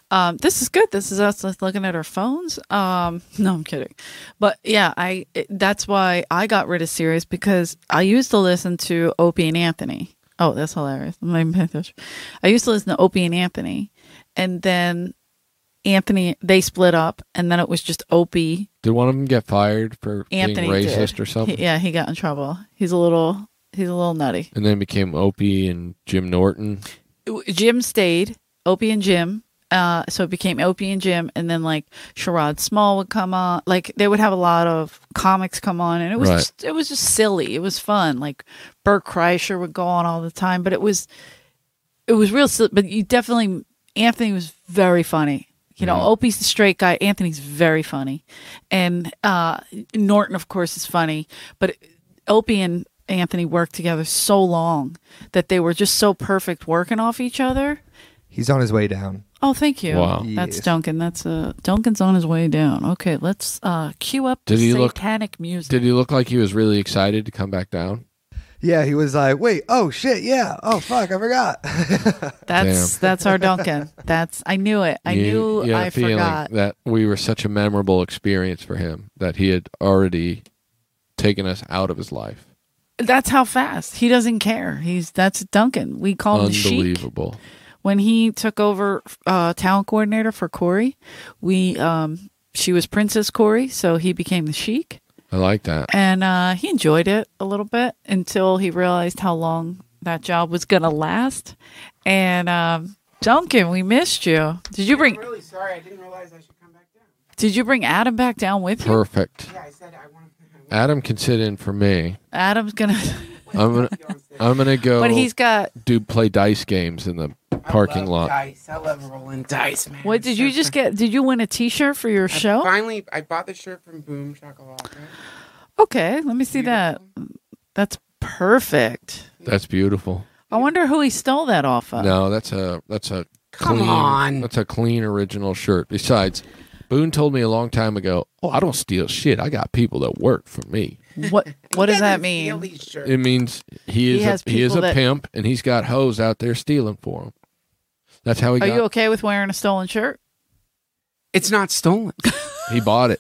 Um, this is good. This is us like, looking at our phones. Um, no, I'm kidding. But yeah, I it, that's why I got rid of Sirius because I used to listen to Opie and Anthony. Oh, that's hilarious. My gosh. I used to listen to Opie and Anthony, and then Anthony they split up, and then it was just Opie. Did one of them get fired for Anthony being did. racist or something? He- yeah, he got in trouble. He's a little he's a little nutty. And then became Opie and Jim Norton. Jim stayed, Opie and Jim. Uh, so it became Opie and Jim, and then like Sherrod Small would come on. Like they would have a lot of comics come on, and it was Right. just, it was just silly. It was fun. Like Bert Kreischer would go on all the time, but it was it was real. Silly, but you definitely Anthony was very funny. You know, Opie's the straight guy. Anthony's very funny, and uh, Norton, of course, is funny. But Opie and Anthony worked together so long that they were just so perfect working off each other. He's on his way down. Oh, thank you. Wow. That's Yes. Duncan. That's uh Duncan's on his way down. Okay, let's uh cue up Did the he look- satanic music. Did he look like he was really excited to come back down? Yeah, he was like, wait, oh shit, yeah, oh fuck, I forgot. that's that's our Duncan. That's I knew it. I You- knew you had a I forgot. that we were such a memorable experience for him that he had already taken us out of his life. That's how fast. He doesn't care. He's that's Duncan. We call him the Sheik. Unbelievable. when he took over uh, talent coordinator for Corey, we um, she was Princess Corey, so he became the Sheik, I like that. and uh, he enjoyed it a little bit until he realized how long that job was gonna last. And um, Duncan, we missed you. Did you bring I'm really sorry. I didn't realize I should come back down. Did you bring Adam back down with you? Perfect. Yeah, I said I want to. Adam can sit in for me. Adam's gonna, I'm gonna I'm gonna go but he's got. do play dice games in the parking lot. Dice. I love rolling dice, man. What did you just get? Did you win a T-shirt for your show? Finally, I bought the shirt from Boom Shakalaka. Okay, let me see that. That's perfect. That's beautiful. I wonder who he stole that off of. No, that's a that's a Come clean, on. That's a clean original shirt. Besides, Boone told me a long time ago, "Oh, I don't steal shit. I got people that work for me." What What does that Steal mean? these shirts. It means he He is has a, he is people a that- pimp, and he's got hoes out there stealing for him. That's how he Are got. you okay with wearing a stolen shirt? It's not stolen. He bought it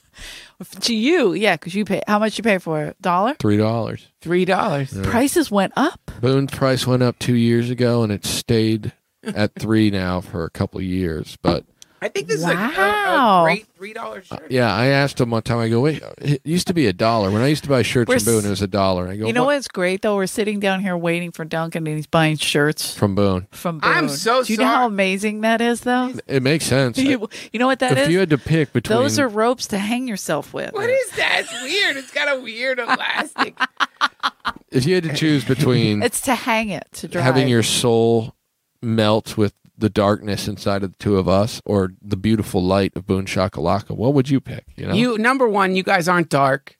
To you, yeah, because you pay. How much you pay for it? Dollar. three dollars. Three dollars. Uh, Prices went up. Boone's price went up two years ago, and it stayed at three now for a couple of years. But I think this is a- a, a, Wow. great three dollar shirt. yeah, I asked him one time. I go, wait, it used to be a dollar when I used to buy shirts We're from Boone. s- It was a dollar. I go, you know what? what's great though? We're sitting down here waiting for Duncan, and he's buying shirts From Boone, from. Boone. I'm so Do you know how sorry. amazing that is, though? it makes sense. You, you know what that if is? you had to pick between, Those are ropes to hang yourself with. What is that? It's weird. It's got a weird elastic. if you had to choose between It's to hang it to drive. Mm. having your soul melt with the darkness inside of the two of us or the beautiful light of Boone Shakalaka, what would you pick? You know, You number one, you guys aren't dark,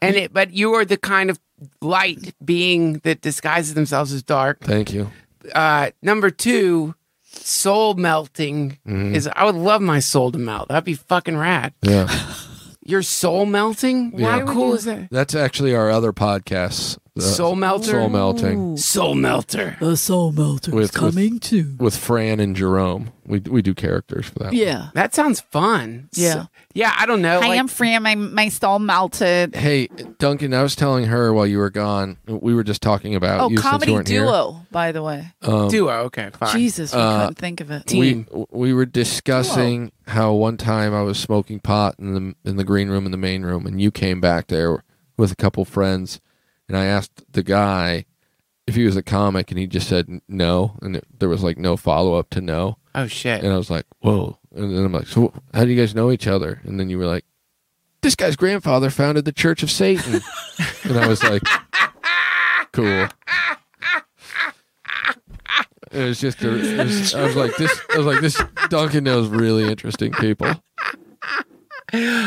and it, but you are the kind of light being that disguises themselves as dark. thank you. Uh, number two, soul melting is. I would love my soul to melt. That'd be fucking rad. Mm-hmm. Yeah, Your soul melting? Yeah. How cool is that? that's actually our other podcast, the Soul melter. Uh, Soul melting Soul melter. the soul melter With- with- coming too. with Fran and Jerome. We we do characters for that. one. Yeah. That sounds fun. Yeah. So- yeah. I don't know. Hi, like- I'm Fran. My my soul melted. Hey, Duncan, I was telling her while you were gone, we were just talking about Oh, you since you comedy weren't duo, by the way. duo. Okay, fine. Jesus, we Uh, couldn't think of it. here. We we were discussing how one time I was smoking pot in the in the green room in the main room, and you came back there with a couple friends, and I asked the guy if he was a comic, and he just said n- no, and it, there was like no follow up to no, Oh shit. and I was like, whoa, and then I'm like, so how do you guys know each other? And then you were like, this guy's grandfather founded the Church of Satan, and I was like, cool. It was just, a, it was, I was like, this, I was like, this Duncan knows really interesting people.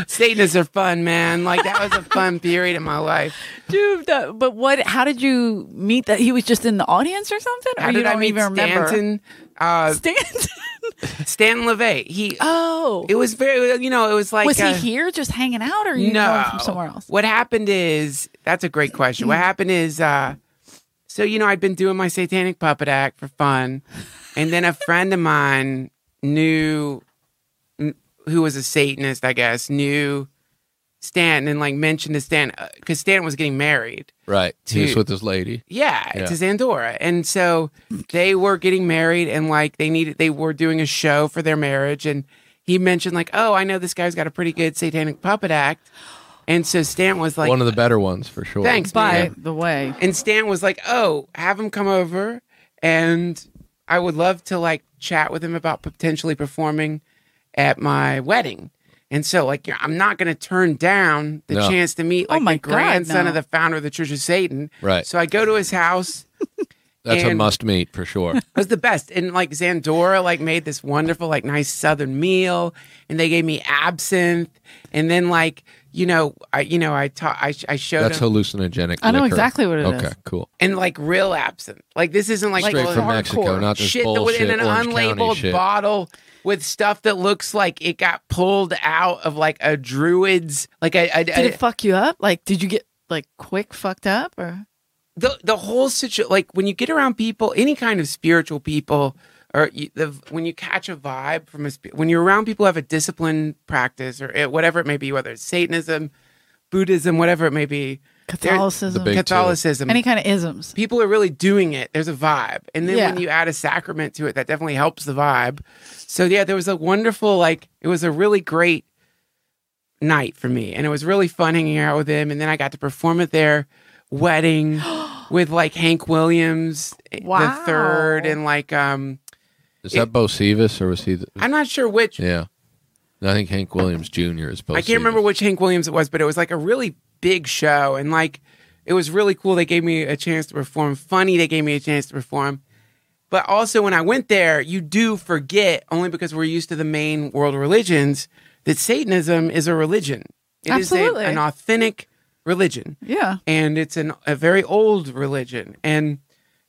Satanists are fun, man. Like that was a fun period in my life. Dude, that- but what? How did you meet that? He was just in the audience or something? How or you did don't I meet even remember? Stanton? Uh, Stanton. Stanton LeVay. He. Oh. It was very. You know. It was like. was uh, he here just hanging out or you know No. him from somewhere else? Mm. What happened is that's a great question. What happened is. uh So you know, I'd been doing my satanic puppet act for fun, and then a friend of mine knew, who was a Satanist, I guess, knew Stanton and like mentioned to Stanton because Stanton was getting married. Right. He was Dude. with this lady. Yeah, Yeah. to Zandora. And so they were getting married and like they needed they were doing a show for their marriage and he mentioned like, "Oh, I know this guy's got a pretty good satanic puppet act." And so Stan was like One of the better ones for sure. Thanks, By man. the way, And Stan was like, "Oh, have him come over and I would love to like chat with him about potentially performing at my wedding." And so like yeah, I'm not going to turn down the No. chance to meet Oh like my the God, grandson no. of the founder of the Church of Satan. Right. So I go to his house That's a and- must meet for sure. it was the best. And like Zandora like made this wonderful, like nice southern meal and they gave me absinthe. And then like, you know, I you know, I taught I, sh- I showed That's them hallucinogenic. I know liquor. exactly what it is. Okay, cool. and like real absinthe. Like this isn't like, Straight well, from hardcore Mexico, not this shit that was bullshit in an Orange County unlabeled shit. bottle with stuff that looks like it got pulled out of like a druid's like a, a, did a- it fuck you up? Like, did you get like quick fucked up or? the the whole situation like when you get around people any kind of spiritual people or you, the when you catch a vibe from a sp- when you're around people who have a discipline practice or it, whatever it may be whether it's satanism buddhism whatever it may be there- Catholicism, big- two. catholicism any kind of isms. people are really doing it there's a vibe and then Yeah. when you add a sacrament to it that definitely helps the vibe so yeah there was a wonderful like it was a really great night for me and it was really fun hanging out with him and then i got to perform at their wedding with like hank williams eh, the Wow. third and like um Is that Bo Sevis or was he? The, i'm not sure which yeah. I think Hank Williams Jr. is Bo i can't remember Sevis. which hank williams it was but it was like a really big show and like it was really cool they gave me a chance to perform funny they gave me a chance to perform but also when i went there you do forget only because we're used to the main world religions that satanism is a religion It is a- Absolutely. an authentic religion Yeah. and it's an, a very old religion and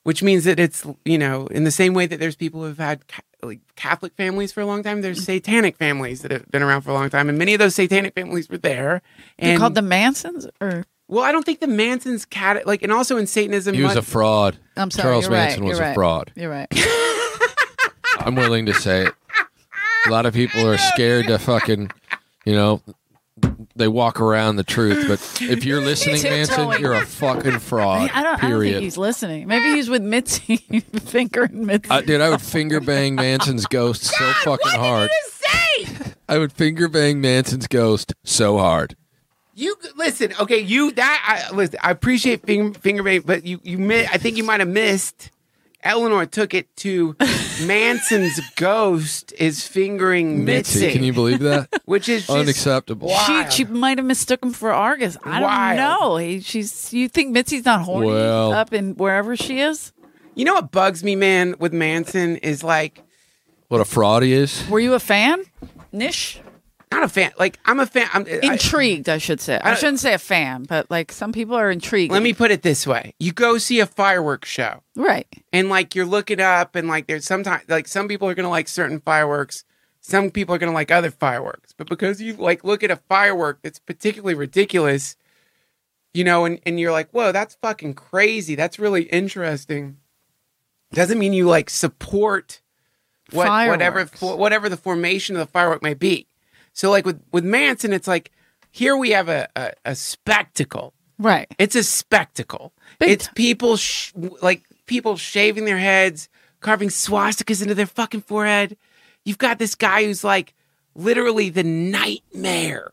which means that it's you know in the same way that there's people who've had ca- like catholic families for a long time there's satanic families that have been around for a long time and many of those satanic families were there They and called the Mansons or Well, I don't think the Manson's cat like, and also in Satanism, He was a Mun- fraud. I'm sorry. Charles you're Manson right, was you're a right. fraud. You're right. I'm willing to say it. A lot of people are scared to fucking, you know, they walk around the truth. But if you're listening, Manson, Tiptoeing. you're a fucking fraud. I don't. I don't period. think he's listening. Maybe he's with Mitzi, Finger and Mitzi. I, dude, I would finger bang Manson's ghost so fucking hard. I would finger bang Manson's ghost so hard. You listen, okay? You that I listen. I appreciate finger, finger bang, but you you mi- I think you might have missed. Eleanor took it to Manson's ghost is fingering Mitzi, Mitzi, can you uh, believe that? which is just, Unacceptable. she, she might have mistook him for Argus. I don't Wild. know. He, she's. You think Mitzi's not horny Well. up in wherever she is? You know what bugs me, man, with Manson is like What a fraud he is. Were you a fan, Nish? not a fan. Like I'm a fan. I'm, I- Intrigued, I, should say. I, shouldn't say a fan, but like some people are intrigued. let me put it this way: you go see a fireworks show, Right. and like you're looking up, and like there's sometimes like some people are gonna like certain fireworks. Some people are gonna like other fireworks, but because you like look at a firework that's particularly ridiculous, you know, and, and you're like, whoa, that's fucking crazy. That's really interesting. Doesn't mean you like support what whatever Fireworks. fo- whatever the formation of the firework may be. So like with with Manson, it's like here we have a a, a spectacle. Right. It's a spectacle. Big it's time. people sh- like people shaving their heads, carving swastikas into their fucking forehead. You've got this guy who's like literally the nightmare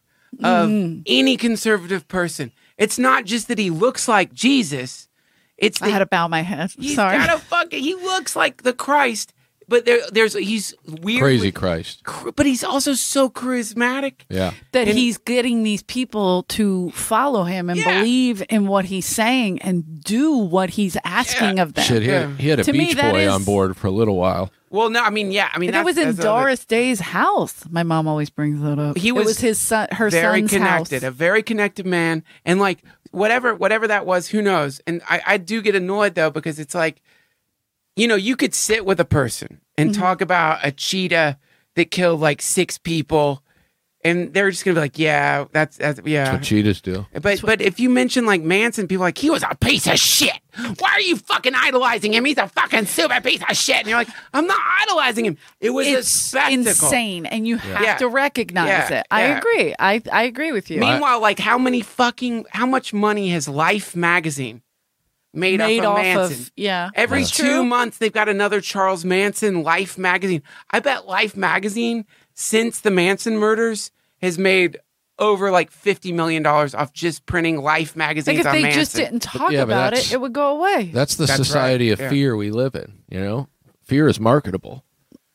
of Mm-hmm. any conservative person. It's not just that he looks like Jesus. It's I that had to bow my head. he's Sorry. got a fucking. He looks like the Christ, but there, there's he's weird, Crazy Christ. but he's also so charismatic. Yeah. that he's getting these people to follow him and Yeah. believe in what he's saying and do what he's asking of them. Shit, he had, he had a To me, beach that boy is- on board for a little while. Well, no, I mean, yeah, I mean, And it that's- was in that's another- Doris Day's house. My mom always brings that up. He It was his son, her very son's connected, a house. very connected man, and like whatever, whatever that was, who knows? And I, I do get annoyed though because it's like, you know, you could sit with a person and Mm-hmm. talk about a cheetah that killed like six people, and they're just gonna be like, yeah, that's that's yeah, That's what cheetahs do. But but if you mention like Manson, people are like he was a piece of shit. Why are you fucking idolizing him? He's a fucking super piece of shit. And you're like, I'm not idolizing him. It was a It's spectacle. insane, and you have Yeah. to recognize Yeah. it. I Yeah. agree. I I agree with you. Meanwhile, like how many fucking how much money has Life magazine made, Made up off of Manson? of yeah. Every That's two true. months, they've got another Charles Manson Life magazine. I bet Life magazine, since the Manson murders, has made over like fifty million dollars off just printing Life magazines Like if on they Manson. just didn't talk yeah, but about that's- it, it would go away. That's the That's society right. of Yeah. fear we live in, you know? Fear is marketable.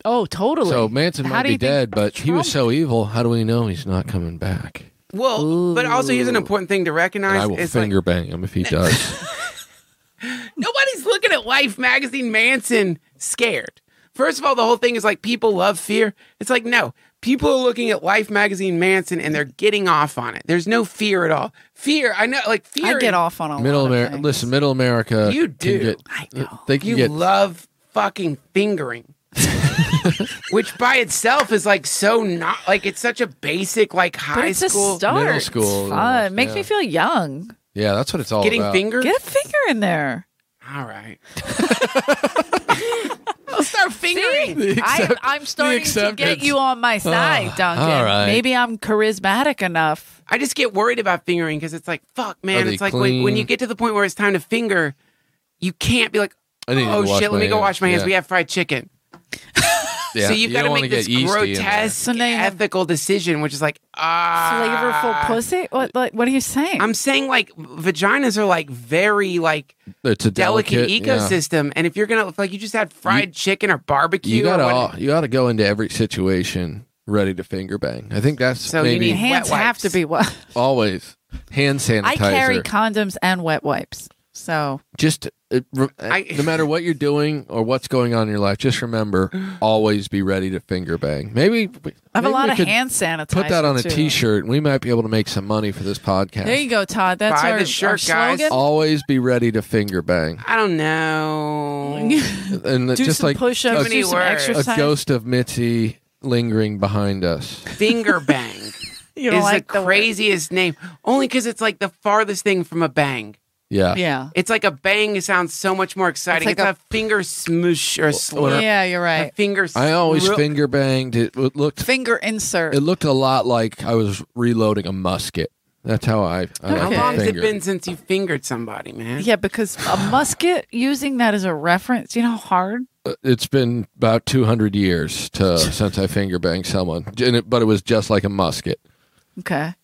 Oh, totally. So Manson How might do be you think dead, but he was Trump- so evil. How do we know he's not coming back? well, but also here's an important thing to And recognize: I will is, like, finger bang him if he does. Nobody's looking at Life magazine Manson scared. First of all, the whole thing is like people love fear. It's like, no, people are looking at Life magazine Manson and they're getting off on it. There's no fear at all. Fear, I know, like fear. I get off on a middle lot of America. things. Listen, Middle America. You can do. get- I know. They can You get love fucking fingering, which by itself is like so not, like it's such a basic, like high But it's school. a start. Middle school, It's fun. almost, Makes yeah. me feel young. Yeah, that's what it's all Getting about. fingered? Get a finger in there. All right. I'll start fingering. I, I'm starting to get acceptance. Ah, you on my side, Duncan. all right. Maybe I'm charismatic enough. I just get worried about fingering because it's like, fuck, man. they It's like when, when clean? you get to the point where it's time to finger, you can't be like, I need to oh wash shit, let my me go hands." wash my hands. Yeah. We have fried chicken. Yeah, So you've got to don't make wanna this get yeasty in there. grotesque So now you have- ethical decision, which is like, ah. Flavorful pussy? What, like, what are you saying? I'm saying like vaginas are like very like It's a delicate, delicate, yeah. ecosystem, and if you're gonna like you just had fried chicken or barbecue, You or gotta what- all- you gotta go into every situation ready to finger bang. I think that's So you maybe need Your hands wet have to wipes. be wet. always hand sanitizer. I carry condoms and wet wipes. So just it, re- uh, I- no matter what you're doing or what's going on in your life, just remember always be ready to finger bang. Maybe I have a lot of hands. hand sanitizer. Put that on a too. t-shirt, and we might be able to make some money for this podcast. There you go, Todd. That's Buy our, the our shirt, guys. slogan. Always be ready to finger bang, I don't know. and do just some like push-ups, a- do some a a exercise. ghost of Mitzi lingering behind us. Finger bang. you don't is like the word. craziest name, only because it's like the farthest thing from a bang. Yeah. Yeah. It's like a bang sounds so much more exciting. It's It's, like a, finger smoosh or a slurp. Yeah, you're A right. finger. I always slurp. finger banged. It w- looked Finger insert. it looked a lot like I was reloading a musket. That's how I. I like How to Okay. long has it finger. been since you fingered somebody, man? yeah, because a musket using that as a reference, you know how hard? Uh, It's been about two hundred years to since I finger banged someone, and it, but it was just like a musket. Okay.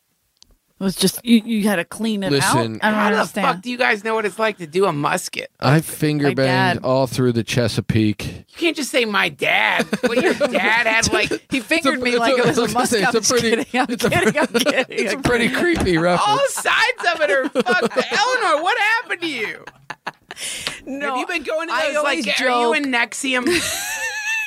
It was just you, you had to clean it out. I Listen, don't How the understand. fuck do you guys know what it's like to do a musket? I finger My dad- banged all through the Chesapeake. You can't just say my dad. What your dad had like he It's fingered a- me it's like a- it was a it's a- musket. I'm it's a just pretty- kidding. I'm it's a- kidding. I'm kidding. It's a I'm pretty creepy all reference. sides of it are fucked. Eleanor, what happened to you? kidding. Have you been going to I those always like are you joke. in Nexium?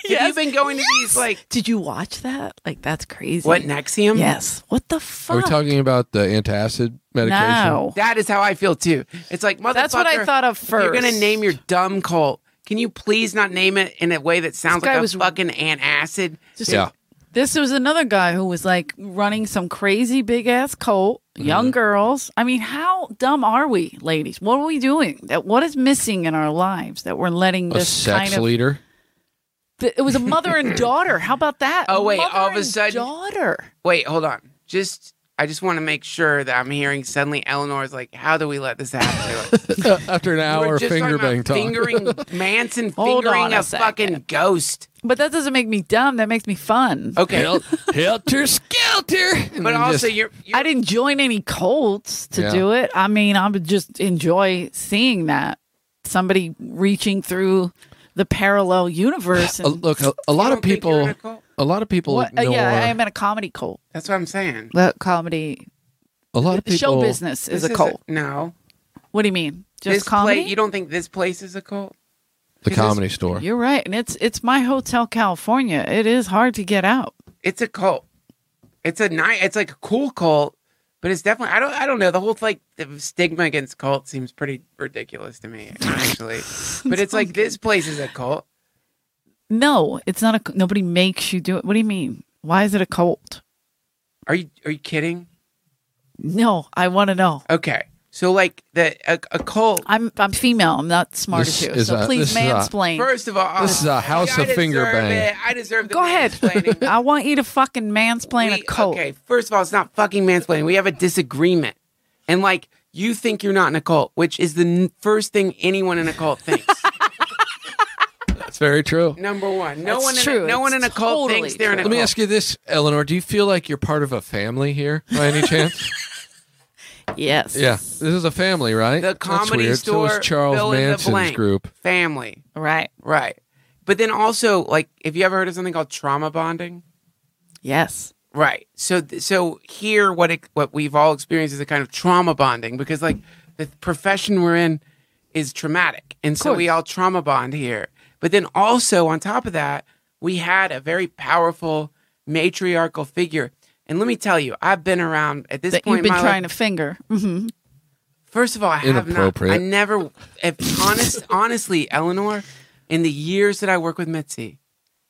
Have you Yes. been going to these like Did you watch that? Like that's crazy. what Nexium? Yes. What the Are fuck? we talking about the antacid medication? No. That is how I feel too. It's like motherfucker. That's what I thought of if You're gonna first. name your dumb cult. Can you please not name it in a way that sounds This guy like a was- fucking antacid? Just- Yeah. This was another guy who was like running some crazy big ass cult, Mm-hmm. young girls. I mean, how dumb are we, ladies? What are we doing? That what is missing in our lives that we're letting A this sex kind of leader. Th- it was a mother and daughter. How about that? Oh, wait, Mother all of a and sudden- daughter. Wait, hold on. Just I just want to make sure that I'm hearing suddenly Eleanor's like, how do we let this happen? to us? After an We were hour of just finger talking bang about talk. Fingering Manson Hold on fingering a a, fucking second. ghost. But that doesn't make me dumb. That makes me fun. Okay. Hel- helter skelter. And But then also just- you're, you're I didn't join any cults to Yeah. do it. I mean, I would just enjoy seeing that somebody reaching through the parallel universe. Uh, And, look, a, a you lot don't of think you're in people, a cult? a lot of people What- uh, ignore. yeah, I am in a comedy cult. That's what I'm saying. That comedy a lot of people. show business This is a cult. no. what do you mean? Just this comedy? place you don't think this place is a cult? The Is this- comedy store. You're right, and it's it's my hotel, California. It is hard to get out. It's a cult. It's a night it's like a cool cult, but it's definitely I don't I don't know. The whole like the stigma against cult seems pretty ridiculous to me, actually. but it's like this place is a cult. No, it's not a. Nobody makes you do it. What do you mean? Why is it a cult? Are you are you kidding? No, I want to know. Okay. So like the a, a cult I'm I'm female. I'm not smart This as you. is So a- please this is a- mansplain. First of all, This is a house I of finger deserve bang. it. I deserve the Go ahead. mansplaining. I want you to fucking mansplain a We- cult. Okay, first of all, it's not fucking mansplaining. We have a disagreement. And like, you think you're not in a cult, which is the n- first thing anyone in a cult thinks. That's very true. Number one. No That's one in true. a, no one in It's a cult totally thinks they're in a Let cult. me ask you this, Eleanor. Do you feel like you're part of a family here by any chance? Yes. yeah, this is a family, right? the That's comedy weird. store So is Charles fill in the Manson's blank. group. Family. Right. Right. But then also, like, have you ever heard of something called trauma bonding? Yes. Right. So th- so here what it, what we've all experienced is a kind of trauma bonding because like the profession we're in is traumatic. And so we all trauma bond here. But then also on top of that, we had a very powerful matriarchal figure. And let me tell you, I've been around at this That point you've been in my life- trying to finger. Mhm. First of all, I have not. Inappropriate. I never. If honest, honestly, Eleanor, in the years that I work with Mitzi,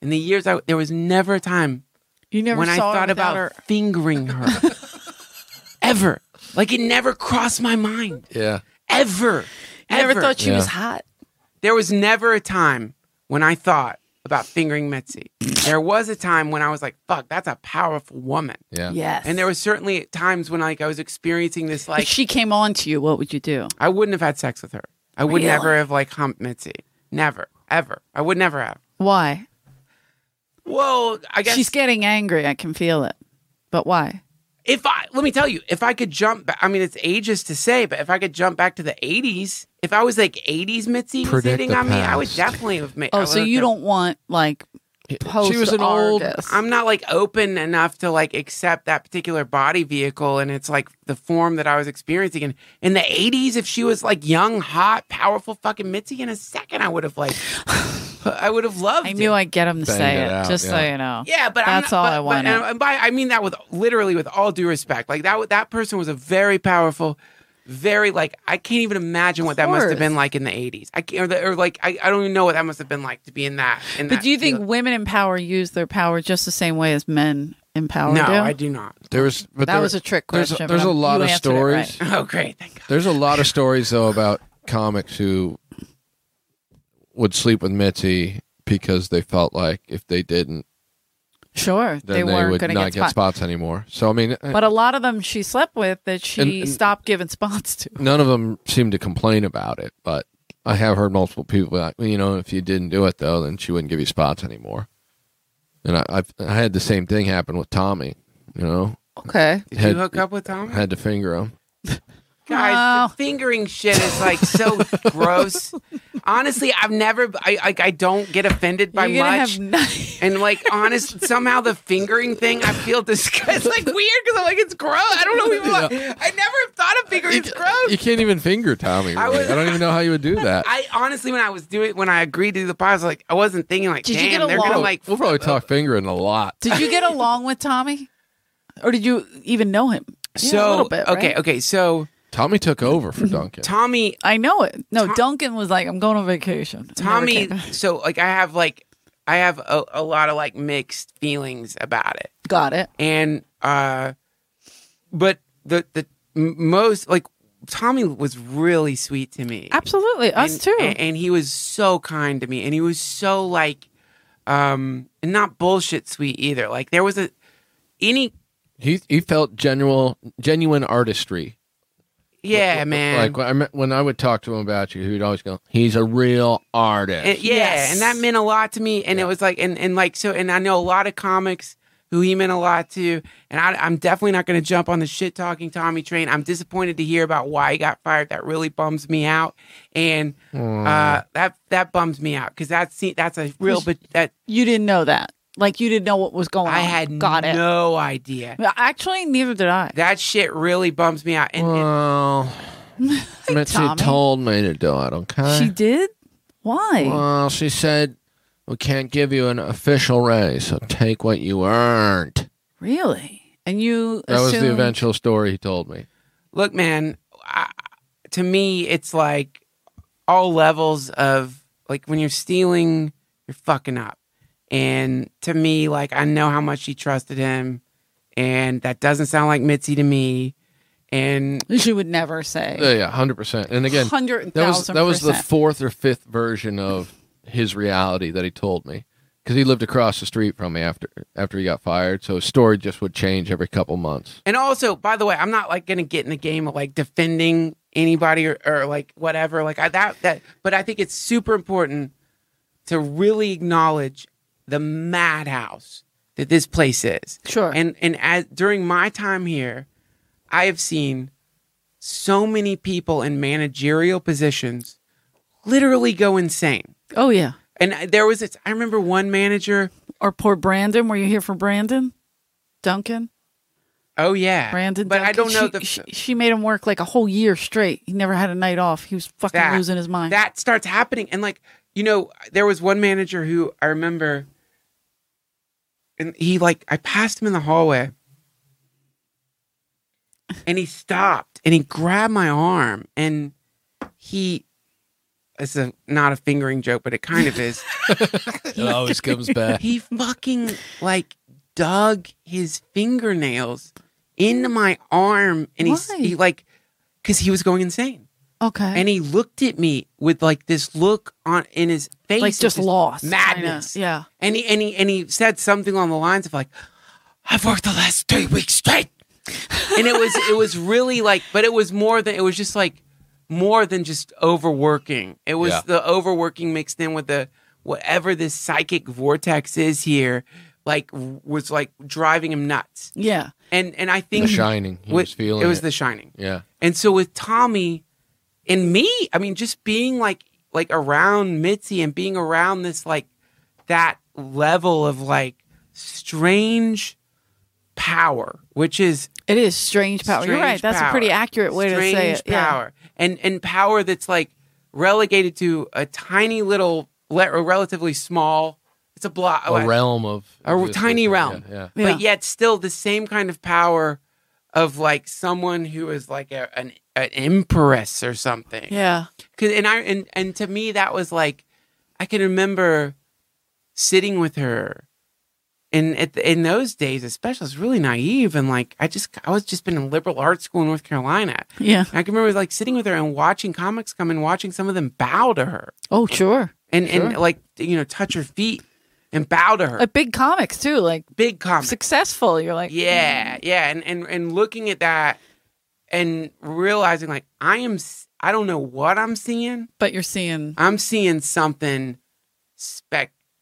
in the years I there was never a time You never when I saw her thought without about her. fingering her. ever. Like it never crossed my mind. Yeah, Ever. You never Ever. thought she Yeah. was hot. there was never a time when I thought about fingering Mitzi. there was a time when I was like, fuck, that's a powerful woman. yeah, Yes. And there was certainly times when like I was experiencing this like if she came on to you, what would you do? I wouldn't have had sex with her. I would Really? never have like humped Mitzi. Never. Ever. I would never have. Why? Well, I guess She's getting angry. I can feel it. But why? if I let me tell you, if I could jump back, I mean, it's ages to say, but if I could jump back to the '80s, if I was like '80s Mitzi was Predict hitting the on me, I would past. definitely have made. I Oh, would so have you done- don't want like post She was an old- I'm not like open enough to like accept that particular body vehicle, and it's like the form that I was experiencing. And in the '80s, if she was like young, hot, powerful, fucking Mitzi, in a second, I would have like, I would have loved. I it. knew I'd get him to Banged say it it, out, just so yeah. you know. Yeah, but I'm That's not- all but- I wanted. But, and by I mean that with literally with all due respect. Like that that person was a very powerful, very like I can't even imagine what that must have course. been like in the 80s. I can't or, the, or like I, I don't even know what that must have been like to be in that. In But that do you think field. women in power use their power just the same way as men empowered No, you? I do not. There was, but that there- was a trick there's question. there's but a lot you of answered it right. stories. Oh, great. Thank God. There's a lot of stories though about comics who would sleep with Mitzi because they felt like if they didn't, Sure, then they, they, weren't would going to not get, get, spots. spots anymore. So I mean, But a lot of them she slept with that she And- and- stopped giving spots to. none of them seem to complain about it. But I have heard multiple people be like, well, you know, if you didn't do it though, then she wouldn't give you spots anymore. And I, I've, I had the same thing happen with Tommy. You know, Okay, Did Had- you hook up with Tom? I had to finger him. Guys, Oh. the fingering shit is like so gross. Honestly, I've never. I like. I don't get offended by you're gonna much. have none- And like, honest, somehow the fingering thing, I feel disgust. It's like weird because I'm like, it's gross. I don't know. Even what, I never thought of fingering. It's You gross. can't even finger Tommy. I really. was- I don't even know how you would do that. I honestly, when I was doing, when I agreed to do the pod, I was like, I wasn't thinking like, Did you damn, get they're gonna along? like. we'll probably talk fingering a lot. did you get along with Tommy, or did you even know him? Yeah, So a little bit. okay, right? okay. So Tommy took over Mm-hmm. for Duncan. Tommy, I know it. No, Tom- Duncan was like, "I'm going on vacation." and never Tommy. came back. So like, I have like, I have a, a lot of like mixed feelings about it. got it. and uh but the the m- most like tommy was really sweet to me Absolutely, us And- too. and, and he was so kind to me and he was so like um and not bullshit sweet either like there was a any He he felt genuine genuine artistry. yeah man Like when I, me- when I would talk to him about you, he'd always go, "He's a real artist." And- yeah, Yes. and that meant a lot to me. And it was like, and, and like, so, and I know a lot of comics who he meant a lot to. And I, I'm definitely not going to jump on the shit talking Tommy train. I'm disappointed to hear about why he got fired. That really bums me out. And uh, Mm. that that bums me out because that's that's a real, but that you didn't know that. Like you didn't know what was going on. I had got it. no idea. Actually, neither did I. That shit really bums me out. And, and- well, Mitzi Tommy. told me to do it. Okay. She did. Why? Well, she said we can't give you an official raise, so take what you earned. really? And you That was the assumed- eventual story he told me. look, man, I, to me, it's like all levels of like when you're stealing, you're fucking up. And to me, like I know how much she trusted him, and that doesn't sound like Mitzi to me. And She would never say. Yeah, yeah, hundred percent. And again, Hundred that was thousand. that was the percent. fourth or fifth version of his reality that he told me because he lived across the street from me after after he got fired. So his story just would change every couple months. and also, by the way, I'm not like gonna get in the game of like defending anybody or, or like whatever. Like I, that that, but I think it's super important to really acknowledge the madhouse that this place is. sure. And and as during my time here, I have seen so many people in managerial positions literally go insane. oh yeah. And I- there was this, I remember one manager. Or poor Brandon. Were you here for Brandon? Duncan. Oh yeah, Brandon. But I Duncan? don't know She- the she, she made him work like a whole year straight. He never had a night off. He was fucking That- losing his mind. that starts happening. And like you know, there was one manager who I remember, and he like I passed him in the hallway, and he stopped and he grabbed my arm and he. It's a, not a fingering joke, but it kind of is. It always comes back. he fucking like dug his fingernails into my arm and he's Why? he like because he was going insane okay. and he looked at me with like this look on in his face like of just lost madness I know. Yeah. and he and he and he said something along the lines of like i've worked the last three weeks straight and it was it was really like but it was more than it was just like more than just overworking it was Yeah. the overworking mixed in with the whatever this psychic vortex is here like w- was like driving him nuts Yeah. and and i think The Shining. He with- was feeling it was it. the shining yeah. and so with Tommy and me, I mean, just being like like around Mitzi and being around this like that level of like strange power, which is It is strange power. You're strange right. That's a pretty power. accurate way to say Strange it. Yeah. Power and and power that's like relegated to a tiny little, le- a relatively small. It's a block, A realm of a existence. tiny Yeah, realm. Yeah. Yeah. but yet still the same kind of power of like someone who is like a, an an empress or something. Yeah. 'Cause- and I and and to me that was like I can remember sitting with her and at the, in those days, especially, I was really naive and like I just I was just been in liberal arts school in North Carolina. Yeah. And I can remember like sitting with her and watching comics come and watching some of them bow to her Oh, sure. and and like you know touch her feet and bow to her. Like big comics too, like Big comics. successful. You're like, Yeah, yeah, and and and looking at that and realizing like I am s- I don't know what I'm seeing. but you're seeing I'm seeing something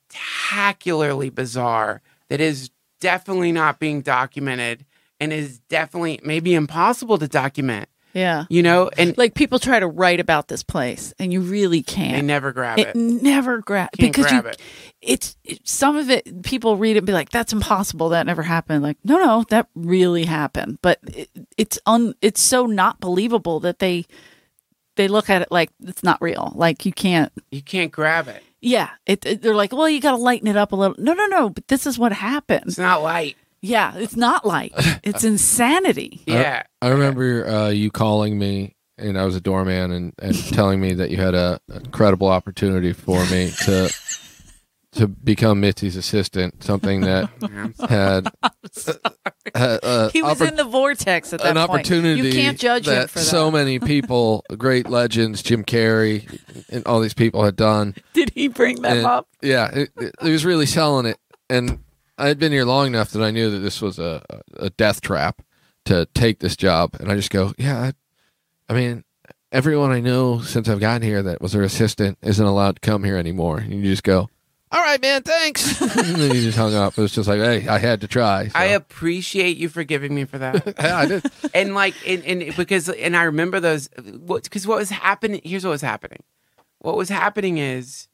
spectacularly bizarre that is definitely not being documented and is definitely maybe impossible to document. yeah. You know, and Like people try to write about this place and you really can't. they never grab it, it. never grab Can't because grab you it. it's it- some of it people read it and be like that's impossible that never happened like no no that really happened but it, it's un it's so not believable that they they look at it like it's not real like you can't You can't grab it. yeah it, it- they're like well you got to lighten it up a little no no no but this is what happened It's not light. yeah it's not like it's insanity Yeah. I remember uh, you calling me, and I was a doorman, and, and telling me that you had a incredible opportunity for me to to become Mitzi's assistant. Something that had uh, uh, he was oppor- in the vortex at that an point opportunity. you can't judge that him for that so many people, great legends, Jim Carrey, and all these people had done. did he bring that And- up Yeah, it, it- it was really selling it, and I had been here long enough that I knew that this was a a death trap to take this job, and I just go, yeah, I, I mean. Everyone I know since I've gotten here that was her assistant isn't allowed to come here anymore. And you just go, "All right, man, thanks." and then you just hung up. It was just like, "Hey, I had to try." so- I appreciate you forgiving me for that. Yeah, I did. and like and, and because and I remember those what because what was happening here's what was happening. What was happening is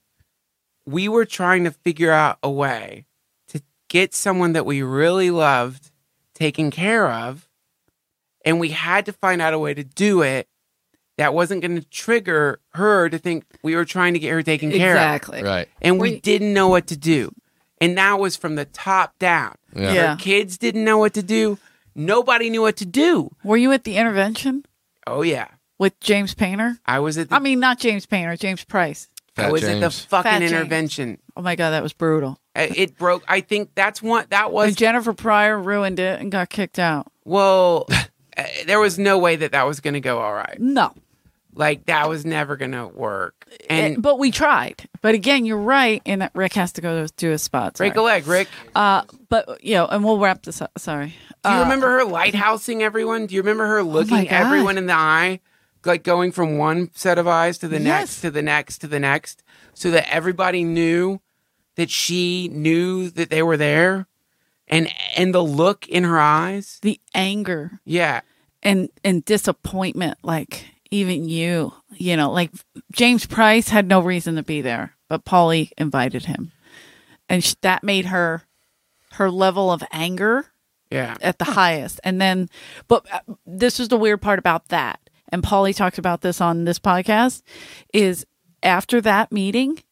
we were trying to figure out a way to get someone that we really loved taken care of and we had to find out a way to do it that wasn't going to trigger her to think we were trying to get her taken care of exactly Right. and we We- didn't know what to do and that was from the top down Yeah. Yeah. Her kids didn't know what to do nobody knew what to do were you at the intervention Oh yeah, with James Painter. I was at the, I mean, not James Painter, James Price. I Fat was at the James. fucking Fat James. intervention. Oh my God, that was brutal. I- It broke. I think that's one. That was And Jennifer Pryor ruined it and got kicked out. well. uh, There was no way that that was going to go all right. No, Like that was never going to work. and, And Uh, Eh, but we tried. But again, you're right in that Rick has to go to do his spots. break a leg, Rick. Uh, but you know, and we'll wrap this up. Sorry. Do you Uh, Oh remember her lighthousing everyone? Do you remember her my looking God. everyone in the eye, like going from one set of eyes to the Yes. next, to the next, to the next, so that everybody knew that she knew that they were there, and and the look in her eyes. the anger Yeah. and and disappointment? Like even you, you know, like James Price had no reason to be there, but Polly invited him, and sh- that made her her level of anger Yeah. at the highest. And then, but uh, this is the weird part about that. And Polly talked about this on this podcast is after that meeting,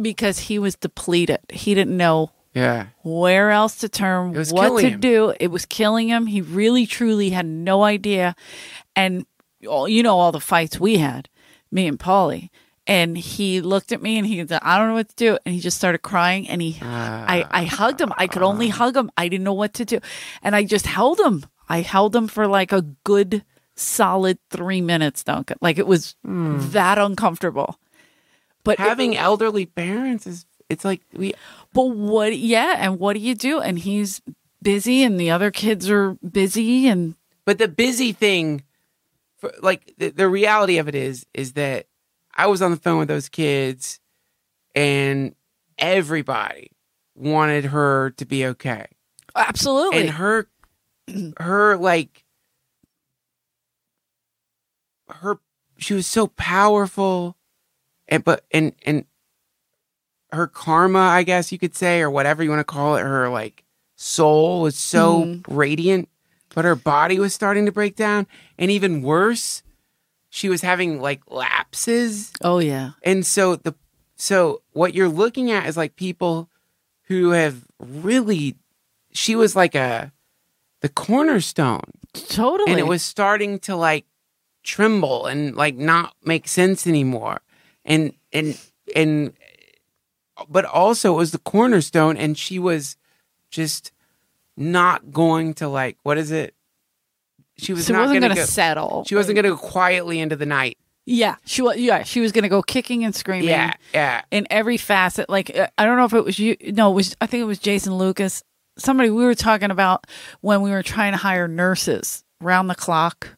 because he was depleted, he didn't know Yeah. where else to turn, It was what killing to him. do. It was killing him. He really, truly had no idea. And all, you know, all the fights we had, me and Polly. And he looked at me and he said, I don't know what to do. And he just started crying. And he, I, Ah. I hugged him. I could only hug him. I didn't know what to do. And I just held him. I held him for like a good solid three minutes, Duncan. Like it was that uncomfortable. But it- Hmm. having elderly parents is it's like we But what, yeah, and what do you do? And he's busy, and the other kids are busy, and but the busy thing for, like the, the reality of it is is that i was on the phone with those kids and everybody wanted her to be okay absolutely. and her her like her she was so powerful and but and and her karma i guess you could say or whatever you want to call it her like soul was so radiant but her body was starting to break down and even worse she was having like lapses oh, yeah. and so the so what you're looking at is like people who have really she was like a the cornerstone Totally. and it was starting to like tremble and like not make sense anymore. And and and but also it was the cornerstone and she was just not going to like what is it? She was she not wasn't going going to to settle. She wasn't going to go quietly into the night. yeah, she was. Yeah, she was going to go kicking and screaming. Yeah, yeah. in every facet. Like uh, I don't know if it was you. No, it was I think it was Jason Lucas. Somebody we were talking about when we were trying to hire nurses, round the clock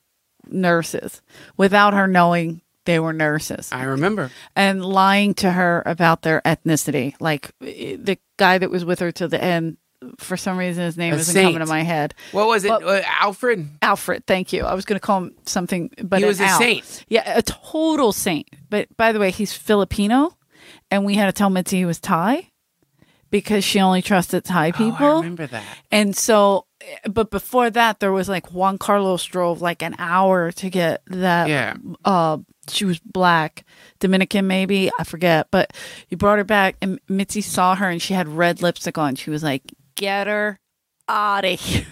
nurses, without her knowing they were nurses, I remember. and lying to her about their ethnicity. Like eh, the guy that was with her to the end. For some reason, his name A isn't coming to saint. my head. What was it? Well- Uh, Alfred. Alfred, thank you. I was going to call him something, but He an was a Al. saint. Yeah, a total saint. But by the way, he's Filipino, and we had to tell Mitzi he was Thai because she only trusted Thai people. Oh, I remember that. And so, eh, but before that, there was like Juan Carlos drove like an hour to get that. Yeah. Uh, she was black, Dominican maybe, I forget. But he brought her back, and Mitzi saw her, and she had red lipstick on. She was like, "Get her out of here."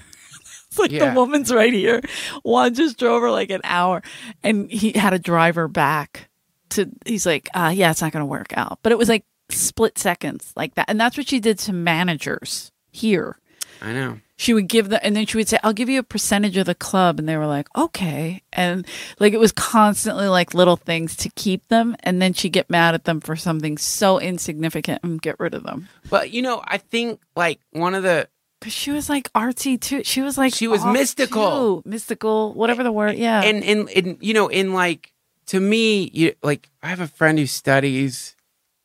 It's like Yeah. the woman's right here. Juan just drove her like an hour, and he had to drive her back. To he's like, uh, yeah, it's not going to work out. But it was like split seconds like that, and that's what she did to managers here I know. she would give the and then she would say i'll give you a percentage of the club and they were like okay and like it was constantly like little things to keep them and then she'd get mad at them for something so insignificant and get rid of them But you know, I think like one of the because she was like artsy too she was like She was off, mystical. too. mystical whatever the word yeah and and and you know, in like to me, you like I have a friend who studies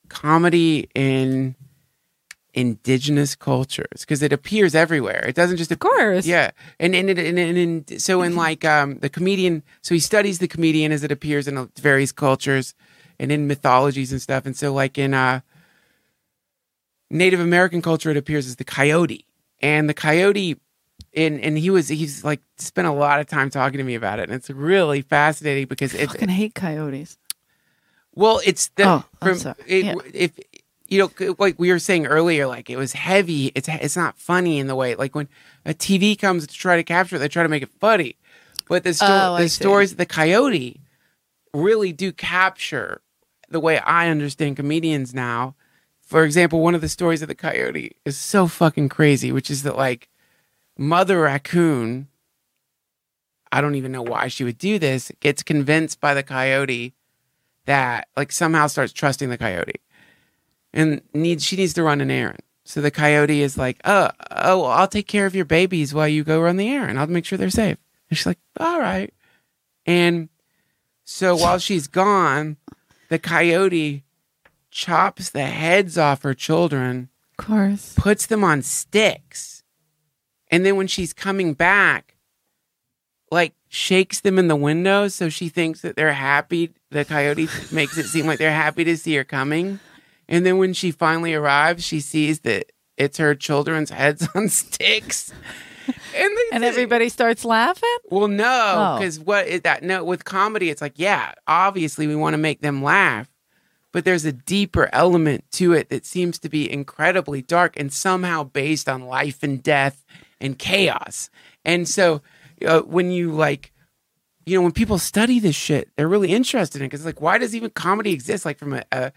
comedy in indigenous cultures because it appears everywhere. It doesn't just of course Mm-hmm. Yeah, and and and, and, and, and so in like um the comedian, so he studies the comedian as it appears in uh, various cultures, and in mythologies and stuff. And so like in uh Native American culture, it appears as the coyote, and the coyote, and and he was he's like spent a lot of time talking to me about it, and it's really fascinating because I it, fucking hate coyotes well, it's the Oh, I'm sorry. it- Yeah. if you know, c- like we were saying earlier, like it was heavy. It's it's not funny in the way like when a TV comes to try to capture it, they try to make it funny. But the, sto- Oh, I the see. stories of the coyote really do capture the way I understand comedians now. For example, one of the stories of the coyote is so fucking crazy, which is that like mother raccoon, I don't even know why she would do this, gets convinced by the coyote that like somehow starts trusting the coyote and needs she needs to run an errand. So the coyote is like, "Oh, oh, well, I'll take care of your babies while you go run the errand. I'll make sure they're safe." And she's like, "All right." And so while she's gone, the coyote chops the heads off her children, of course puts them on sticks, and then when she's coming back, like shakes them in the window so she thinks that they're happy. The coyote makes it seem like they're happy to see her coming. And then when she finally arrives, she sees that it's her children's heads on sticks. And, they and say- everybody starts laughing Well, no, Oh. because what is that? No, with comedy, it's like, yeah, obviously we want to make them laugh, but there's a deeper element to it that seems to be incredibly dark and somehow based on life and death and chaos. And so uh, when you like, you know, when people study this shit, they're really interested in it because, like, why does even comedy exist? Like, from a, a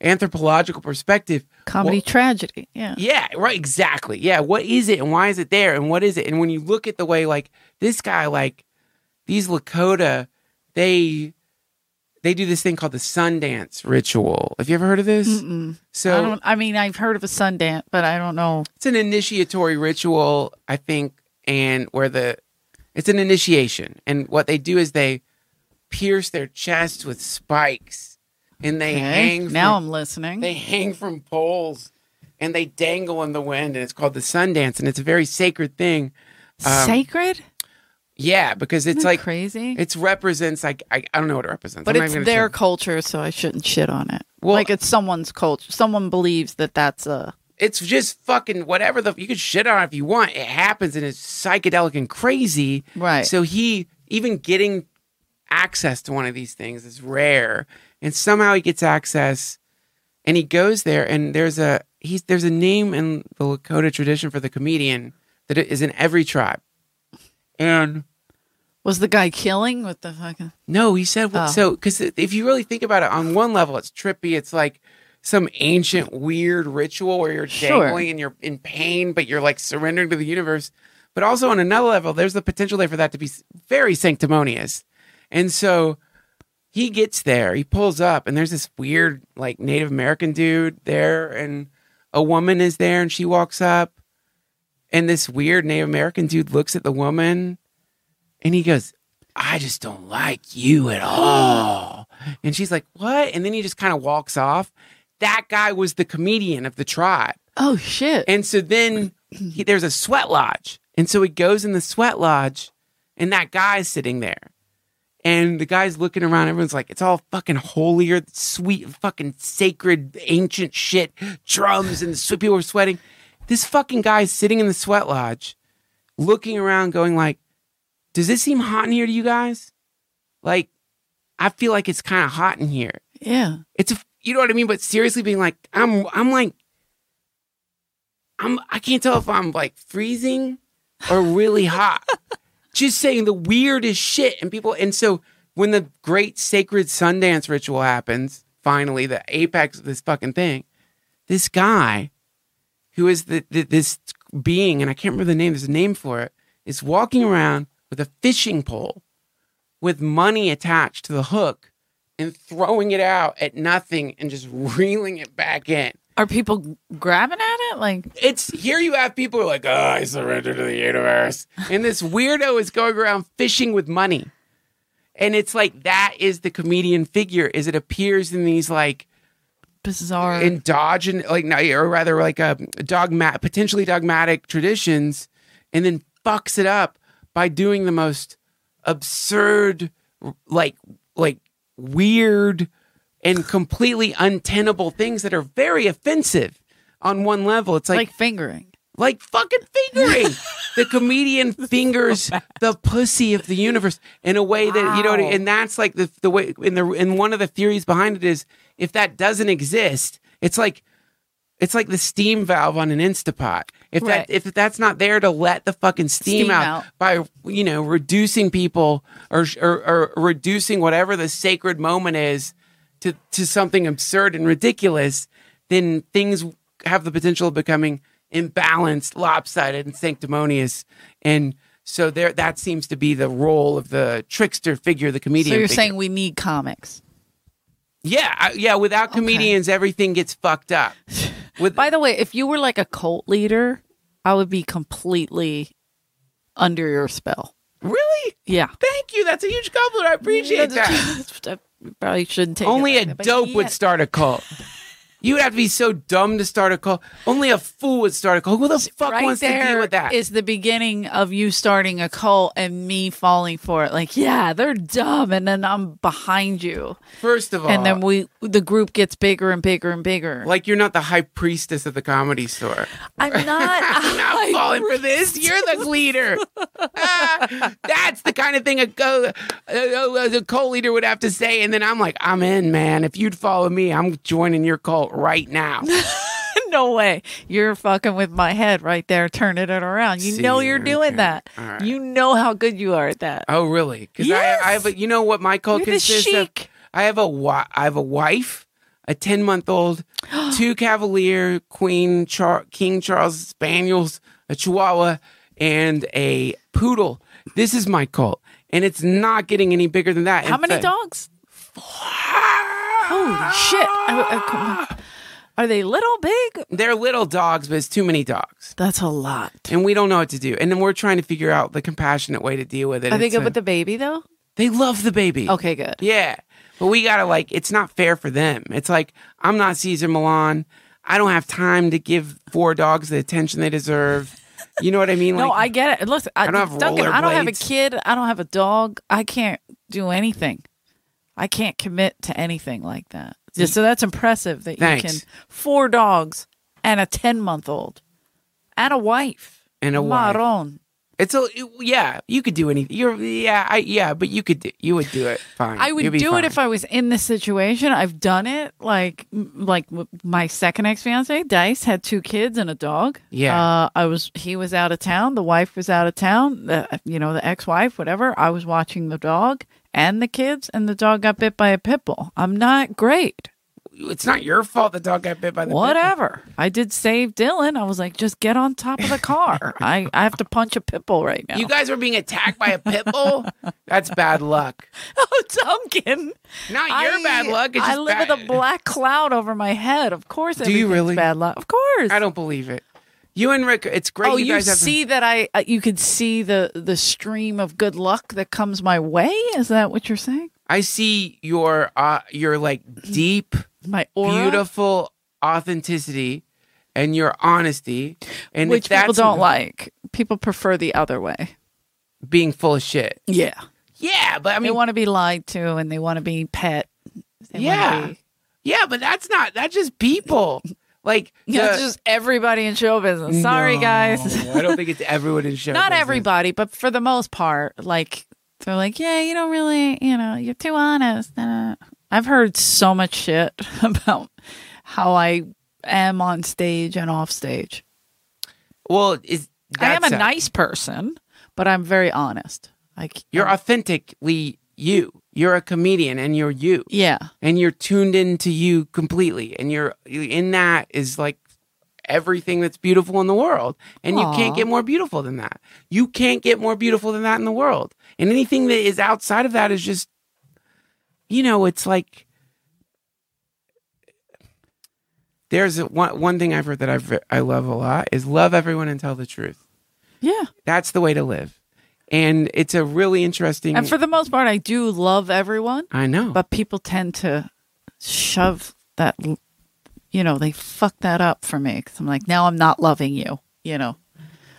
anthropological perspective, comedy Well- tragedy yeah yeah, right, exactly. Yeah, what is it and why is it there and what is it? And when you look at the way like this guy, like these Lakota, they they do this thing called the Sundance ritual. Have you ever heard of this? Mm-mm. I So don't. I mean, I've heard of a Sundance, but I don't know. it's an initiatory ritual, I think, and where the it's an initiation. And what they do is they pierce their chest with spikes and they Okay. hang now from- I'm listening. They hang from poles and they dangle in the wind, and it's called the Sundance, and it's a very sacred thing. Um, Sacred? Yeah, because it's Isn't that like crazy. it's represents like I, I don't know what it represents, but I'm not it's even gonna their try. culture, so I shouldn't shit on it. Well- like it's someone's culture. Someone believes that that's a. It's just fucking whatever the you can shit on it if you want. It happens and it's psychedelic and crazy. Right. So he even getting access to one of these things is rare, and somehow he gets access, and he goes there, and there's a he's there's a name in the Lakota tradition for the comedian that is in every tribe, and Was the guy killing with the fucking? no, he said Oh. so because if you really think about it, on one level it's trippy, it's like some ancient weird ritual where you're Sure. dangling and you're in pain, but you're like surrendering to the universe. But also on another level, there's the potential there for that to be s- very sanctimonious. And so he gets there, he pulls up, and there's this weird like Native American dude there, and a woman is there, and she walks up, and this weird Native American dude looks at the woman, and he goes, "I just don't like you at all." And she's like, "What?" And then he just kind of walks off. That guy was the comedian of the tribe. Oh shit. And so then he, there's a sweat lodge. And so he goes in the sweat lodge, and that guy's sitting there. And the guy's looking around. Everyone's like, it's all fucking holier, sweet, fucking sacred, ancient shit, drums, and swe- people were sweating. This fucking guy's sitting in the sweat lodge, looking around, going like, does this seem hot in here to you guys? Like, I feel like it's kind of hot in here yeah. it's a, you know what I mean. But seriously, being like, I'm, I'm like, I'm, I can't tell if I'm like freezing or really hot. Just saying the weirdest shit, and people, and so when the great sacred Sundance ritual happens, finally the apex of this fucking thing, this guy, who is the, the this being, and I can't remember the name. There's a name for it. Is walking around with a fishing pole, with money attached to the hook, and throwing it out at nothing and just reeling it back in. Are people g- grabbing at it? Like It's here you have people who are like, oh, I surrender to the universe. And this weirdo is going around fishing with money. And it's like that is the comedian figure, is it appears in these like bizarre. in dodge and like no, or rather like a dogma potentially dogmatic traditions and then fucks it up by doing the most absurd like like weird and completely untenable things that are very offensive on one level it's like, like fingering. like fucking fingering. the comedian fingers the pussy of the universe in a way that you know, what I- and that's like the the way in the and one of the theories behind it is if that doesn't exist, it's like it's like the steam valve on an Instapot. If Right. that if that's not there to let the fucking steam, Steam out, out. by you know reducing people or, or or reducing whatever the sacred moment is to to something absurd and ridiculous, then things have the potential of becoming imbalanced, lopsided, and sanctimonious. And so there, that seems to be the role of the trickster figure, the So comedian. you're figure. saying we need comics. yeah, I- yeah. Without comedians, everything gets fucked up. With By the way, if you were like a cult leader, I would be completely under your spell. really, Yeah. thank you. That's a huge compliment. I appreciate that. I probably shouldn't take it Only like a that, but dope would yeah. start a cult. You would have to be so dumb to start a cult. Only a fool would start a cult. Who the fuck right wants to there deal with that? is the beginning of you starting a cult and me falling for it. Like, yeah, they're dumb, and then I'm behind you, First of all, and then we the group gets bigger and bigger and bigger. like you're not the high priestess of the comedy store. I'm not. I'm not I- falling for this. You're the leader. Ah, that's the kind of thing a, co- a, a, a cult leader would have to say. And then I'm like, I'm in, man. If you'd follow me, I'm joining your cult right now. no way. You're fucking with my head right there, turning it around. You See, know you're doing okay. that. All right. You know how good you are at that. Oh, really? Because Yes. I, I have a, you know what my cult You're the consists of? chic. I have a wi- I have a wife, a ten month old, two Cavalier Queen Char- King Charles Spaniels, a Chihuahua, and a poodle. This is my cult, and it's not getting any bigger than that. Ah! How In many fact- dogs? Holy shit! I- I- come on. Are they little big? They're little dogs, but it's too many dogs, That's a lot. and we don't know what to do. And then we're trying to figure out the compassionate way to deal with it. Are they It's good a- with the baby though? They love the baby. Okay, good. Yeah. But we gotta like it's not fair for them. It's like I'm not Caesar Milan. I don't have time to give four dogs the attention they deserve. You know what I mean? No, I like, get it. Listen, I, I don't have Duncan, I don't have a rollerblades. kid. I don't have a dog. I can't do anything. I can't commit to anything like that. Just- so that's impressive that Thanks. you can four dogs and a ten month old and a wife and a wife. Maron. It's a yeah. You could do anything. You're yeah. I yeah. But you could do, you would do it fine. I You'd would be do fine. it if I was in this situation. I've done it. Like like w- my second ex fiance, Dice, had two kids and a dog. Yeah. Uh, I was he was out of town. The wife was out of town. The, you know, the ex wife, whatever. I was watching the dog and the kids, and the dog got bit by a pit bull. I'm not great. it's not your fault the dog got bit by the pit bull. Whatever. I did save Dylan. I was like, just get on top of the car. I, I have to punch a pit bull right now. You guys were being attacked by a pit bull. That's bad luck. oh, Duncan. Not your I- bad luck. It's I just live bad- with a black cloud over my head. Of course. Do you everything's really? Bad luck. Of course. I don't believe it. You and Rick, it's great. oh, you, you, guys have see that I uh, you could see the the stream of good luck that comes my way. Is that what you're saying? I see your uh, your like deep, My aura, beautiful authenticity and your honesty, and if which people that's don't like. People prefer the other way. being full of shit. Yeah, Yeah, but I they mean, want to be lied to and they want to be pet. They wanna Yeah. be- yeah, but that's not that's just people. Like yeah, it's the- just everybody in show business. Sorry, No, guys. I don't think it's everyone in show. Not business. everybody, but for the most part, like they're like, yeah, you don't really, you know, you're too honest. Uh, I've heard so much shit about how I am on stage and off stage. Well, is I am a that's nice person, but I'm very honest. Like You're authentically you. You're a comedian, and you're you. yeah, and you're tuned into you completely and you're in that is like everything that's beautiful in the world and you can't Aw. get more beautiful than that you can't get more beautiful than that in the world and anything that is outside of that is just you know it's like there's a, one, one thing i've heard that I've, i love a lot is love everyone and tell the truth yeah. that's the way to live and it's a really interesting And for the most part, I do love everyone, i know but people tend to shove that. l- You know, they fuck that up for me because I'm like, now I'm not loving you. You know,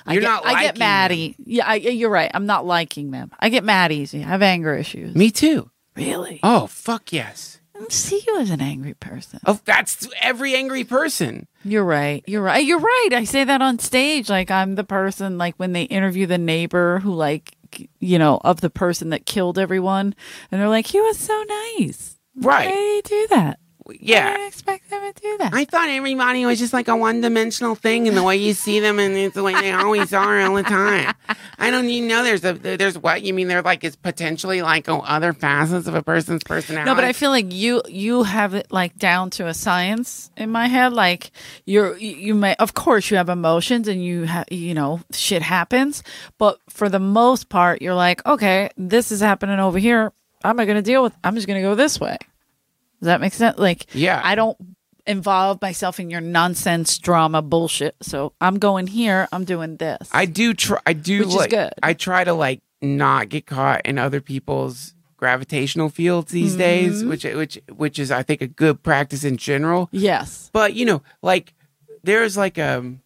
I You're get, not I liking get them. mad. e- Yeah, I, you're right. I'm not liking them. I get mad easy. I have anger issues. me too really? I oh fuck yes don't see you as an angry person. Oh, that's every angry person. You're right. You're right. You're right. I say that on stage. Like I'm the person. Like when they interview the neighbor who, like, you know, of the person that killed everyone, and they're like, "He was so nice. Why Right. did he do that? I Yeah. didn't expect them to do that." I thought everybody was just like a one dimensional thing and the way you see them and it's the way they always are all the time. I don't even know there's a there's what you mean they're like it's potentially like oh, other facets of a person's personality. no, but I feel like you you have it like down to a science in my head. Like you're you- you may of course you have emotions and you ha- you know shit happens, but for the most part you're like okay this is happening over here. I'm not gonna deal with. I'm just gonna go this way. Does that make sense? Like Yeah. I don't involve myself in your nonsense drama bullshit. So I'm going here. I'm doing this. I do try I do Which is like good. I try to like not get caught in other people's gravitational fields these days, Mm-hmm. which which which is I think a good practice in general. yes. But you know, like there's like um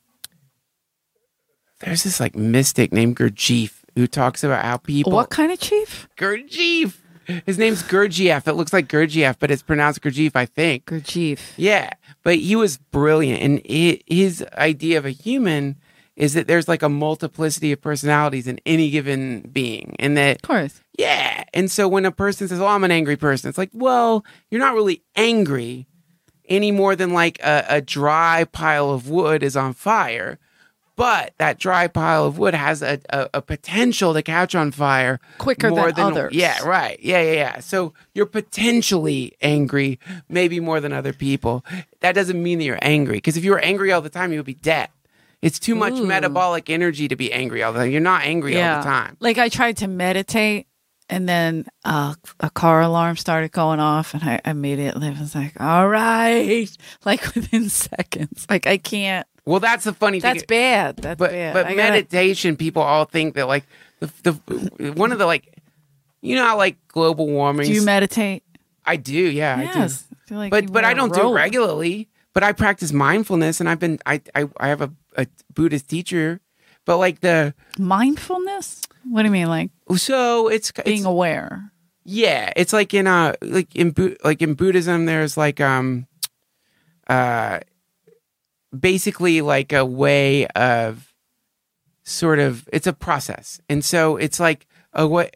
there's this like mystic named Gurdjieff who talks about how people What kind of chief? Gurdjieff. His name's Gurdjieff. It looks like Gurdjieff, but it's pronounced Gurdjieff, I think. Gurdjieff. Yeah, but he was brilliant, and hi- his idea of a human is that there's like a multiplicity of personalities in any given being, and that Of course. yeah. And so when a person says, "Oh, I'm an angry person," it's like, well, you're not really angry any more than like a, a dry pile of wood is on fire. But that dry pile of wood has a, a, a potential to catch on fire Quicker more than others. Yeah, right. Yeah, yeah, yeah. So you're potentially angry, maybe more than other people. That doesn't mean that you're angry, because if you were angry all the time, you would be dead. It's too much Ooh. metabolic energy to be angry all the time. You're not angry all the time. Like I tried to meditate and then uh, a car alarm started going off and I immediately was like, all right. Like within seconds. Like I can't. Well, that's the funny thing. That's bad. That's but bad. but I gotta- meditation people all think that like the, the one of the like you know how like global warming Do you meditate? I do yeah yes. I feel I do like but you but were I a don't do rope. it regularly but I practice mindfulness and I've been I I, I have a, a Buddhist teacher but like the "Oh, Mindfulness? What do you mean? Like so it's being it's, aware. Yeah, it's like in uh like in Bu- like in Buddhism there's like um uh basically like a way of sort of it's a process. And so it's like a way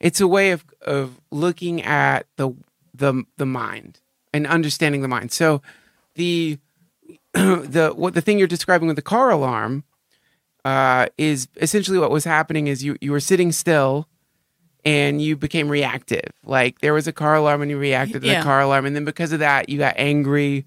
it's a way of of looking at the the the mind and understanding the mind. So the the what the thing you're describing with the car alarm uh, is essentially what was happening is you you were sitting still and you became reactive. Like there was a car alarm and you reacted to Yeah. the car alarm, and then because of that, you got angry,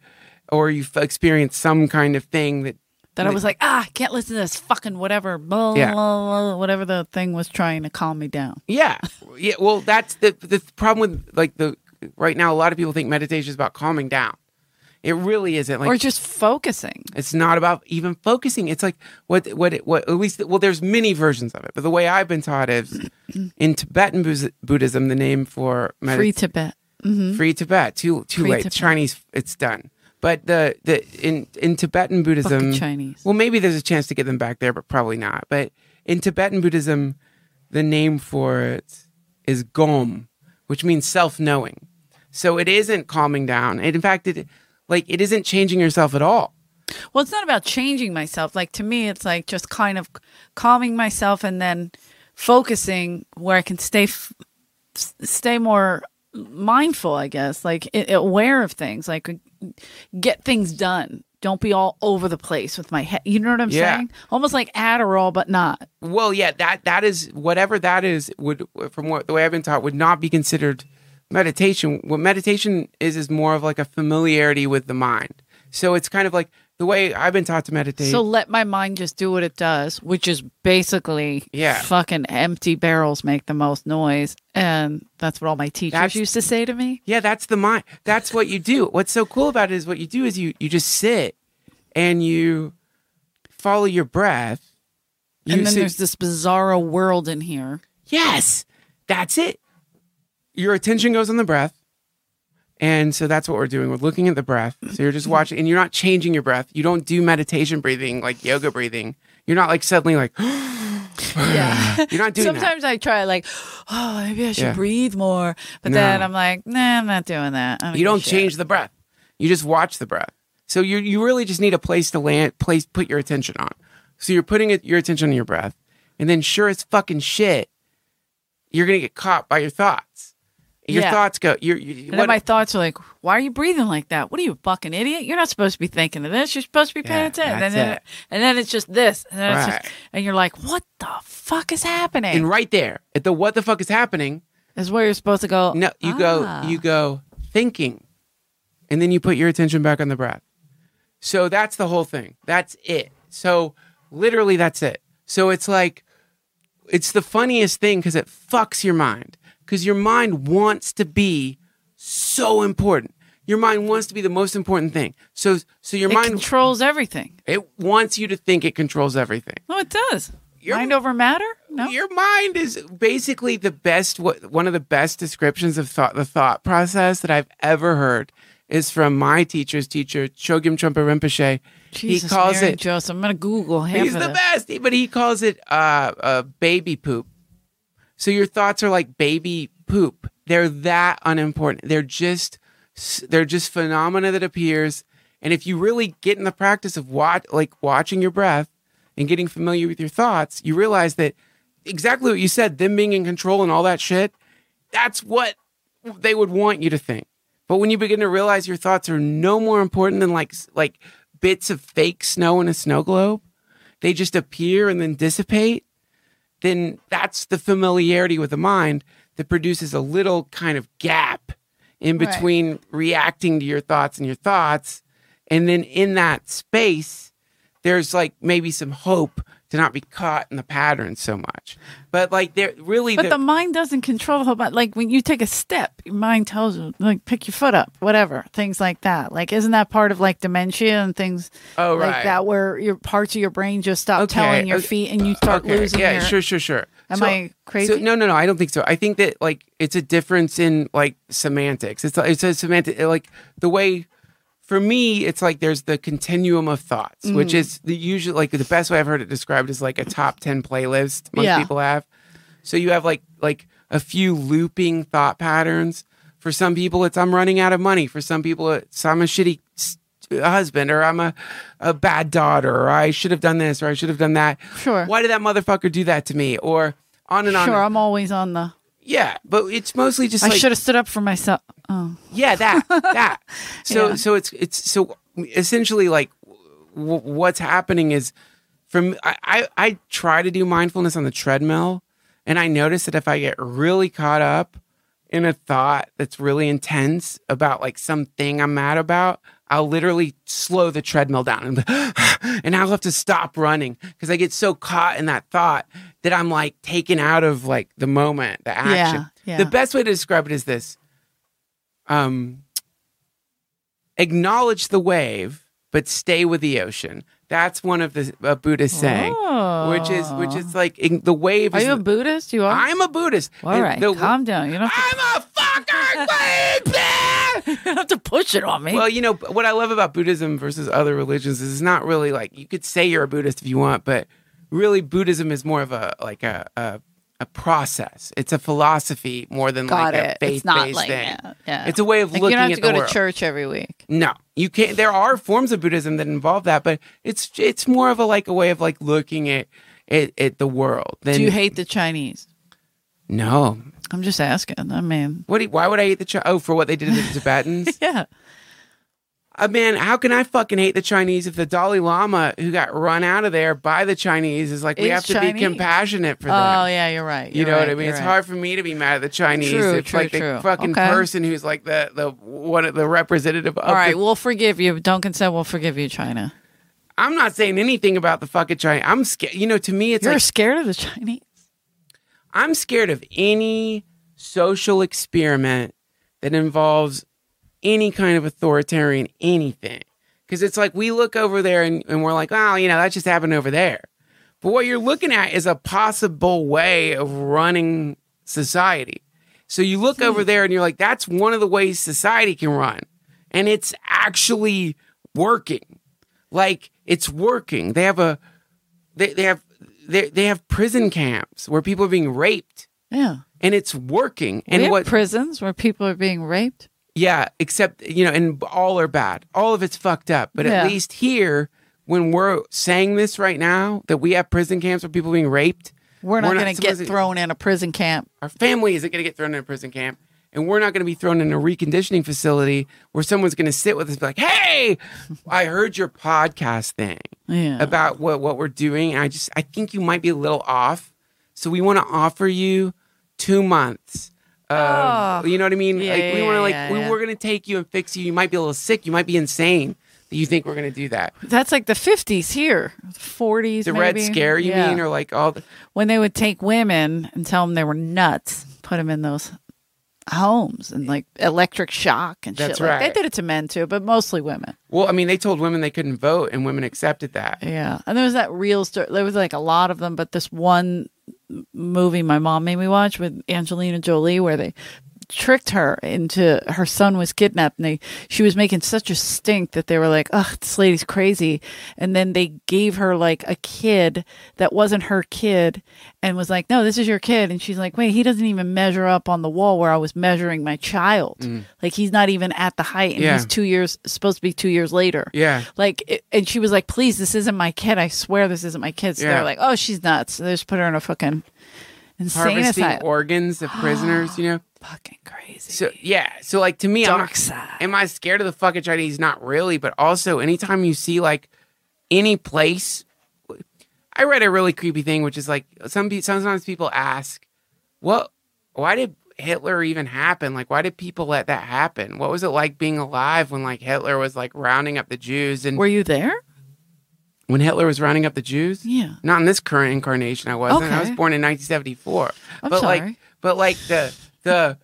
or you f- experienced some kind of thing that That I was like, ah, I can't listen to this fucking whatever, blah, Yeah. blah, blah, whatever the thing was trying to calm me down. Yeah, yeah. Well, that's the the problem with like the right now. A lot of people think meditation is about calming down. It really isn't. Like or just focusing. it's not about even focusing. It's like what what what at least well, there's many versions of it. But the way I've been taught is in Tibetan Bus- Buddhism, the name for medi- Free Tibet. hmm free Tibet too too Free late Tibet. Chinese. It's done. But the the in in Tibetan Buddhism, Fucking Chinese. well, maybe there's a chance to get them back there, but probably not. But in Tibetan Buddhism, the name for it is gom, which means self-knowing. So it isn't calming down. And in fact, it like it isn't changing yourself at all. Well, it's not about changing myself. Like to me, it's like just kind of calming myself and then focusing where I can stay, f- s- stay more mindful. I guess like i- aware of things, like uh, get things done. Don't be all over the place with my head. You know what I'm Yeah. saying? Almost like Adderall, but not. Well, yeah, that that is whatever that is would from what the way I've been taught would not be considered meditation. What meditation is is more of like a familiarity with the mind. So it's kind of like the way I've been taught to meditate. So let my mind just do what it does, which is basically Yeah. fucking empty barrels make the most noise. And that's what all my teachers That's- used to say to me. yeah, that's the mind. That's what you do. What's so cool about it is what you do is you you just sit and you follow your breath. You and then sit- there's this bizarro world in here. Yes, that's it. Your attention goes on the breath. And so that's what we're doing. We're looking at the breath. So you're just watching and you're not changing your breath. You don't do meditation breathing like yoga breathing. You're not like suddenly like, Yeah. you're not doing that. Sometimes I try like, oh, maybe I should Yeah. breathe more. But No. then I'm like, nah, I'm not doing that. I You give a don't shit. change the breath. You just watch the breath. So you you really just need a place to land, place put your attention on. So you're putting it, your attention on your breath, and then sure as fucking shit, you're gonna get caught by your thoughts. Your Yeah. thoughts go. You're, you And then my thoughts are like, why are you breathing like that? What are you, a fucking idiot? You're not supposed to be thinking of this. You're supposed to be paying Yeah, attention. that's And then, it. and then it's just this. And then it's Right. just, and you're like, what the fuck is happening? and right there at the what the fuck is happening, is where you're supposed to go. No, you "Ah." go you go thinking. And then you put your attention back on the breath. So that's the whole thing. That's it. So literally that's it. So it's like it's the funniest thing cuz it fucks your mind cuz your mind wants to be so important. Your mind wants to be the most important thing. So so your It mind controls everything. it wants you to think it controls everything. No, it does. Your- Mind over matter? No. Your mind is basically the best. What one of the best descriptions of thought, the thought process that I've ever heard is from my teacher's teacher, Chogyam Trungpa Rinpoche. Jesus, he calls Mary it. Joseph. I'm gonna Google half He's of the this. best, but he calls it uh, uh, baby poop. So your thoughts are like baby poop. They're that unimportant. They're just they're just phenomena that appears. And if you really get in the practice of what like watching your breath and getting familiar with your thoughts, you realize that exactly what you said, them being in control and all that shit, that's what they would want you to think. But when you begin to realize your thoughts are no more important than like like bits of fake snow in a snow globe, they just appear and then dissipate, then that's the familiarity with the mind that produces a little kind of gap in Right. between reacting to your thoughts and your thoughts. And then in that space, there's like maybe some hope to not be caught in the pattern so much. But like there really But the mind doesn't control the whole body. Like when you take a step, your mind tells you, like, pick your foot up, whatever, things like that. Like, isn't that part of like dementia and things Oh, like right. that, where your parts of your brain just stop Okay, telling your okay, feet and you start Okay, losing? yeah your- sure sure sure Am So- I crazy? so- no no no i don't think so i think that like it's a difference in like semantics it's it's a semantic like the way for me it's like there's the continuum of thoughts Mm-hmm. which is the usual like the best way i've heard it described is like a top 10 playlist most Yeah. people have so you have like like a few looping thought patterns for some people it's i'm running out of money for some people it's i'm a shitty s- husband or i'm a, a bad daughter or i should have done this or i should have done that Sure. why did that motherfucker do that to me? Or on and on. Sure, I'm always on the. yeah, but it's mostly just I like should have stood up for myself. Oh, yeah, that that. So Yeah. so it's it's so essentially like w- what's happening is from I, I I try to do mindfulness on the treadmill, And I notice that if I get really caught up in a thought that's really intense about like something I'm mad about, I'll literally slow the treadmill down and, and I'll have to stop running because I get so caught in that thought that I'm like taken out of like the moment, the action. Yeah, yeah. The best way to describe it is this. Um, acknowledge the wave, but stay with the ocean. That's one of the uh, Buddhist saying, which is which is like in, the wave. Oh. Are is you a Buddhist? You are. I'm a Buddhist. All And right, the- calm down. You don't have I'm a fucking wave. man! to, you don't have to push it on me. Well, you know what I love about Buddhism versus other religions is it's not really like you could say you're a Buddhist if you want, but really Buddhism is more of a like a a, a process. It's a philosophy more than like Got it. a faith It's not based like thing. yeah, yeah. It's a way of like looking you don't have at to go the to world. church every week. No, you can't. There are forms of Buddhism that involve that, but it's it's more of a like a way of like looking at at, at the world. Than, Do you hate the Chinese? No. I'm just asking. I mean, What? Do you, why would I hate the Chi- oh for what they did to the Tibetans? yeah. uh, man, how can I fucking hate the Chinese if the Dalai Lama who got run out of there by the Chinese is like we Is have to be Chinese. compassionate for them. Oh yeah, you're right. You You're know what I right, mean? you're It's right. hard for me to be mad at the Chinese. True, if, true, like the true. fucking Okay. person who's like the the one of the representative of All right, the we'll forgive you. Don't consent. We'll forgive you, China. I'm not saying anything about the fucking Chinese. I'm scared. You know, to me, it's You're like scared of the Chinese. I'm scared of any social experiment that involves any kind of authoritarian anything. Because it's like we look over there and, and we're like, oh, you know, that just happened over there. But what you're looking at is a possible way of running society. So you look over there and you're like, that's one of the ways society can run. And it's actually working. Like it's working. They have a they, they have they, they have prison camps where people are being raped Yeah. and it's working. we And have what prisons where people are being raped. yeah, except you know, and all are bad. All of it's fucked up. But Yeah. at least here, when we're saying this right now, that we have prison camps where people are being raped, We're not, We're not going to get supposed to- thrown in a prison camp. our family isn't going to get thrown in a prison camp, and we're not going to be thrown in a reconditioning facility where someone's going to sit with us and be like, "Hey, I heard your podcast thing Yeah. about what what we're doing, and I just I think you might be a little off, so we want to offer you two months." Of, Oh. you know what I mean? Yeah, like we yeah, want to like yeah, we, yeah. we're gonna take you and fix you. You might be a little sick. You might be insane. That you think we're gonna do that? That's like the 50s here, 40s. The Red maybe. Scare, you Yeah. mean, or like all the when they would take women and tell them they were nuts, put them in those homes and like electric shock and That's shit. like- right. they did it to men too, but mostly women. well, I mean, they told women they couldn't vote, and women accepted that. Yeah. And there was that real story. There was like a lot of them, but this one m- movie my mom made me watch with Angelina Jolie where they tricked her into her son was kidnapped and they she was making such a stink that they were like oh this lady's crazy and then they gave her like a kid that wasn't her kid and was like no this is your kid and she's like wait he doesn't even measure up on the wall where i was measuring my child like he's not even at the height and Yeah. he's two years supposed to be two years later Yeah. like it, and she was like please this isn't my kid i swear this isn't my kid so Yeah. they're like oh she's nuts so they just put her in a fucking insane Harvesting asylum organs of prisoners, you know. fucking crazy So yeah, so like to me, I'm Dark not- side. am I scared of the fucking Chinese? Not really, but also anytime you see like any place, I read a really creepy thing, which is like some pe- sometimes people ask, "What? Why did Hitler even happen? Like, why did people let that happen? What was it like being alive when like Hitler was like rounding up the Jews and were you there when Hitler was rounding up the Jews? yeah Not in this current incarnation, I wasn't. I was Okay. born in 1974. I'm but like, sorry. but like the the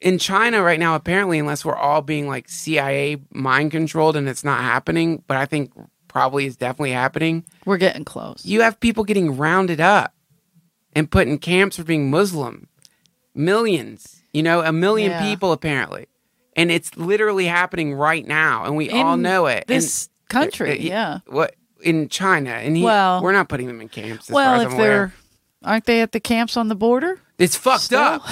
in China right now, apparently, unless we're all being like CIA mind controlled and it's not happening, but I think probably is definitely happening. we're getting close You have people getting rounded up and put in camps for being Muslim. Millions, you know, a million Yeah. people apparently, and it's literally happening right now, and we all In know it. And- this country yeah what in China? And he, Well- we're not putting them in camps. As well far as if I'm they're aware. aren't they at the camps on the border it's fucked still? up.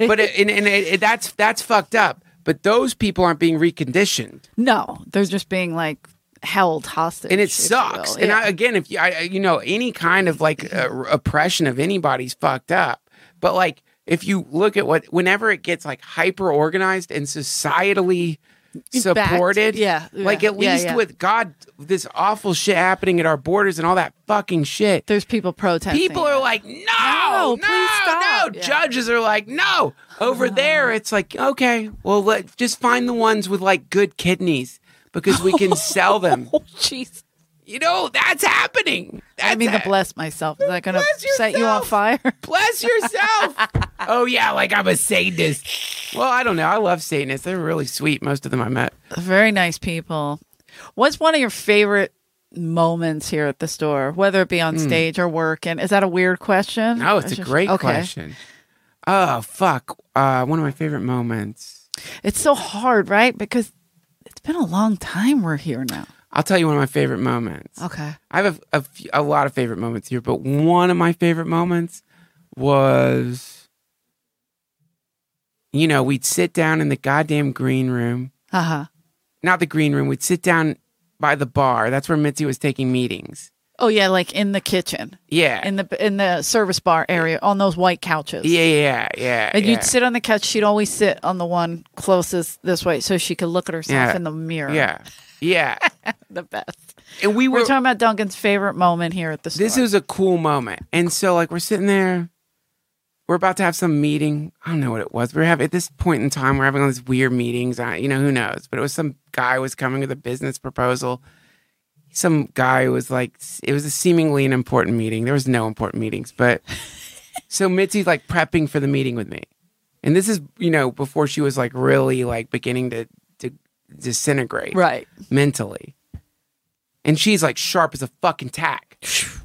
but it, and, and it, it- that's that's fucked up. But those people aren't being reconditioned, no they're just being like held hostage and it if you sucks. will. And Yeah. I, again, if you I, I- you know any kind of like uh, r- oppression of anybody's fucked up. But like if you look at what whenever it gets like hyper organized and societally Backed. supported. Yeah, yeah, Like at yeah, least yeah. with God, this awful shit happening at our borders and all that fucking shit. There's people protesting. People are like, no, no, No, please stop." no. Yeah. Judges are like, no. Over there, it's like, okay, well, let just find the ones with like good kidneys because we can sell them. jeez. You know, that's happening. That's I mean, to hap- bless myself. Is that going to Bless set you on yourself. fire? bless yourself. oh yeah, like I'm a Satanist. Well, I don't know. I love Satanists. They're really sweet. Most of them I met. Very nice people. What's one of your favorite moments here at the store, whether it be on stage or working? Is that a weird question? Hmm. No, Oh, it's a just- great okay. question. Oh fuck! Uh, one of my favorite moments. It's so hard, right? Because it's been a long time we're here now. I'll tell you one of my favorite moments. Okay. I have a, a, few, a lot of favorite moments here, but one of my favorite moments was, you know, we'd sit down in the goddamn green room. Uh huh. Not the green room. We'd sit down by the bar. That's where Mitzi was taking meetings. Oh yeah, like in the kitchen, Yeah. in the in the service bar area, on those white couches. yeah, yeah, yeah. And yeah. you'd sit on the couch. She'd always sit on the one closest this way, so she could look at herself Yeah. in the mirror. Yeah. Yeah. the best. And we We're were talking about Duncan's favorite moment here at the store. this is a cool moment. And so like we're sitting there, we're about to have some meeting. I don't know what it was. We're having at this point in time, we're having all these weird meetings. I, you know, who knows? But it was some guy was coming with a business proposal. Some guy who was like, it was a seemingly an important meeting. There was no important meetings, but so Mitzi's like prepping for the meeting with me, and this is you know before she was like really like beginning to to disintegrate right. mentally. And she's like sharp as a fucking tack.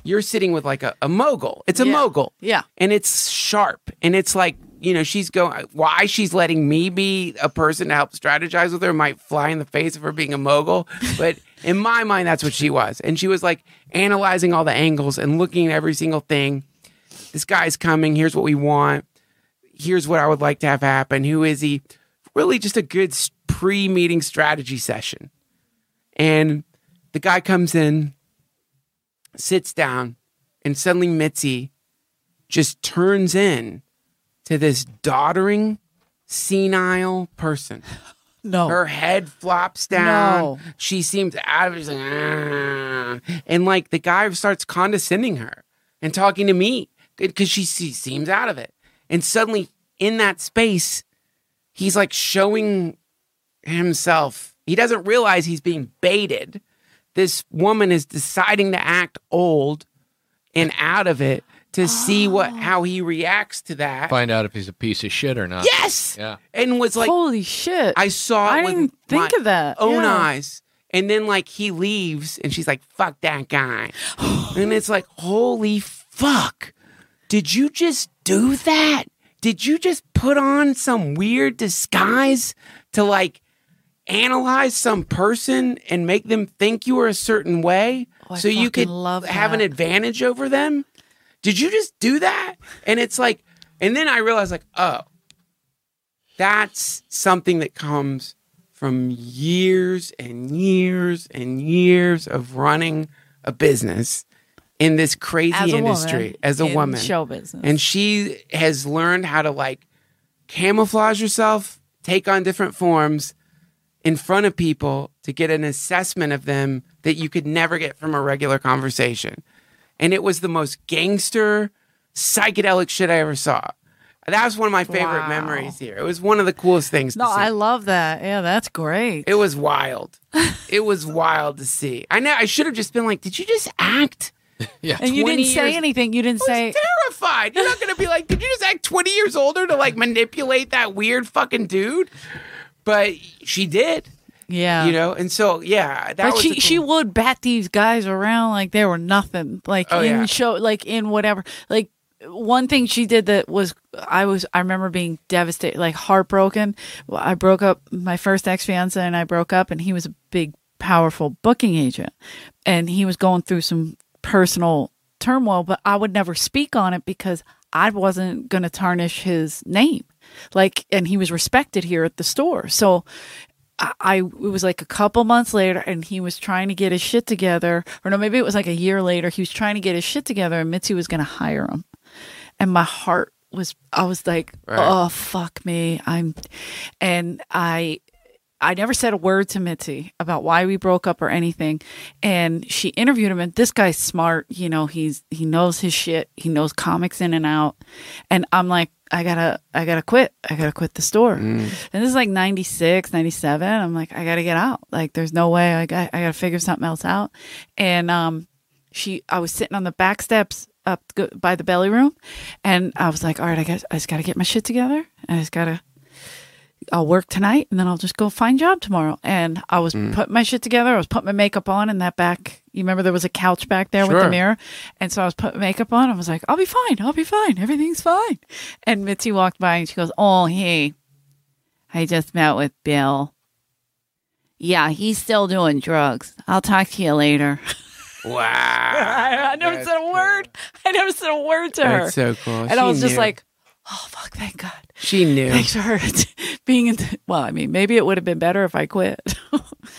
You're sitting with like a, a mogul. It's a Yeah. mogul. Yeah. And it's sharp. And it's like, you know, she's going, why she's letting me be a person to help strategize with her might fly in the face of her being a mogul. But in my mind, that's what she was. And she was like analyzing all the angles and looking at every single thing. This guy's coming. Here's what we want here's what I would like to have happen. Who is he? Really, just a good pre meeting strategy session. And the guy comes in, sits down, and suddenly Mitzi just turns in to this doddering, senile person. No. Her head flops down. Oh. No. She seems out of it. She's like, "Ah." and like the guy starts condescending her and talking to me because she, she seems out of it. And suddenly in that space, he's like showing himself. He doesn't realize he's being baited. This woman is deciding to act old and out of it to see what how he reacts to that. Find out if he's a piece of shit or not. Yes. Yeah. And was like Holy shit! I saw it I with didn't even think my of that. Own Yeah. eyes. And then like he leaves and she's like, fuck that guy. and it's like, holy fuck. Did you just do that? Did you just put on some weird disguise to like analyze some person and make them think you were a certain way Oh, I so you fucking could love have an that. advantage over them? Did you just do that? And it's like, and then I realized like, oh, that's something that comes from years and years and years of running a business in this crazy as a industry woman, as a in woman. show business, And she has learned how to like camouflage herself, take on different forms in front of people to get an assessment of them that you could never get from a regular conversation. And it was the most gangster, psychedelic shit I ever saw. That was one of my favorite Wow. memories here. It was one of the coolest things. no, to see. I love that. Yeah, that's great. It was wild. it was wild to see. I know. I should have just been like, "Did you just act?" and 20 you didn't say years- anything. You didn't I say. was terrified. You're not gonna be like, did you just act 20 years older to like manipulate that weird fucking dude? But she did, Yeah. you know. And so, yeah, that But was she a cool- she would bat these guys around like they were nothing. Like Oh, in yeah. show like in whatever. Like one thing she did that was I was I remember being devastated, like heartbroken. Well, I broke up my first ex fiance and I broke up and he was a big powerful booking agent and he was going through some personal turmoil, but I would never speak on it because I wasn't going to tarnish his name. Like, and he was respected here at the store. So I, I, it was like a couple months later, and he was trying to get his shit together. Or no, maybe it was like a year later. He was trying to get his shit together, and Mitzi was going to hire him. And my heart was, I was like, oh, fuck me. I'm, and I, I never said a word to Mitzi about why we broke up or anything. And she interviewed him, and this guy's smart. You know, he's he knows his shit. He knows comics in and out. And I'm like, I gotta, I gotta quit. I gotta quit the store. And this is like 96, 97. I'm like, I gotta get out. Like, there's no way. I got, I gotta figure something else out. And um, she, I was sitting on the back steps up go- by the belly room, and I was like, all right, I guess I just gotta get my shit together. I just gotta I'll work tonight and then I'll just go find job tomorrow. And I was Mm. putting my shit together. I was putting my makeup on in that back. You remember there was a couch back there with the Sure. mirror? And so I was putting makeup on. I was like, I'll be fine. I'll be fine. Everything's fine. And Mitzi walked by and she goes, Oh, hey, I just met with Bill. Yeah, he's still doing drugs. I'll talk to you later. Wow. I, I never That's said a word. I never said a word to her. That's so cool. and I She was just knew. like, Oh, fuck, thank God. she knew. Thanks for her being in. well, I mean, maybe it would have been better if I quit.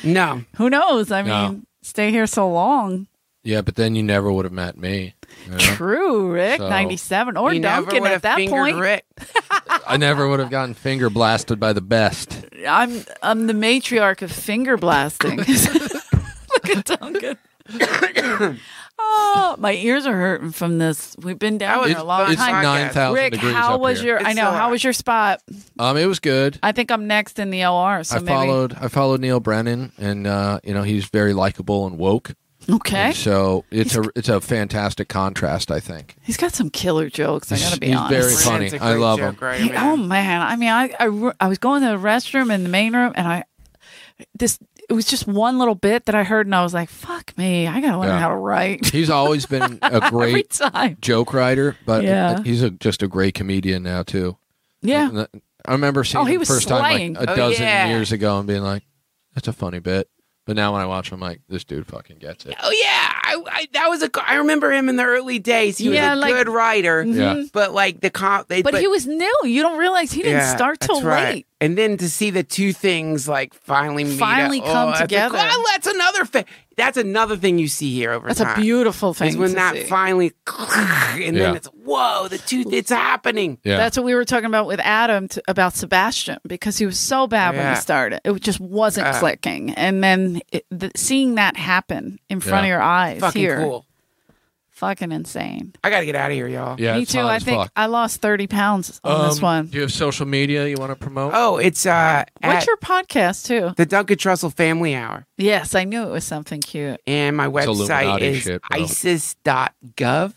No. Who knows? I mean, No. stay here so long. Yeah, but then you never would have met me. you know? True, Rick. So- 97 or You never Duncan would at have that fingered point. Rick. I never would have gotten finger blasted by the best. I'm I'm the matriarch of finger blasting. Look at Duncan. oh, my ears are hurting from this. We've been down That here was Oh, a long it's time. nine thousand Rick, degrees. how up was here. your? I It's know. so How hot. was your spot? Um, it was good. I think I'm next in the OR. So I maybe. followed. I followed Neil Brennan, and uh, you know he's very likable and woke. Okay, And so it's a it's a fantastic contrast, I think. he's got some killer jokes. I He's- gotta be he's honest. Very funny. Brandon's a I great love joke him. writer, Hey, man. oh man, I mean, I, I re- I was going to the restroom in the main room, and I this it was just one little bit that I heard, and I was like, "Fuck me, I gotta learn Yeah. how to write." He's always been a Every great time, joke writer, but uh, Yeah. he's a, just a great comedian now too. yeah. And I remember seeing Oh, he him was first slaying. time like a Oh, dozen yeah. years ago and being like, "That's a funny bit," but now when I watch him, I'm like, "This dude fucking gets it." Oh yeah, I, I that was a. co- I remember him in the early days. He was a Yeah, like- Mm-hmm. good writer, Yeah. but like the comp. They, But, he was new. You don't realize he didn't yeah, start till that's right. late. And then to see the two things like finally meet Finally up. Oh, come that's a together. cool- well, that's another thing. That's another thing you see here over That's time. a beautiful thing. Is when to that see. finally, and Yeah. then it's whoa, the two. It's happening. Yeah, That's what we were talking about with Adam t about Sebastian because he was so bad when Yeah. he started. It just wasn't Yeah. clicking. And then it, the, seeing that happen in front of Yeah. your eyes Fucking here, cool. fucking insane. I gotta get out of here, y'all. yeah. Me it's too. hot I as think fuck. I lost 30 pounds on this Um, one. Do you have social media you want to promote? Oh, it's uh, What's at your podcast too? the Duncan Trussell Family Hour, Yes, I knew it was something cute. and my It's website Illuminati is shit, bro. ISIS.gov.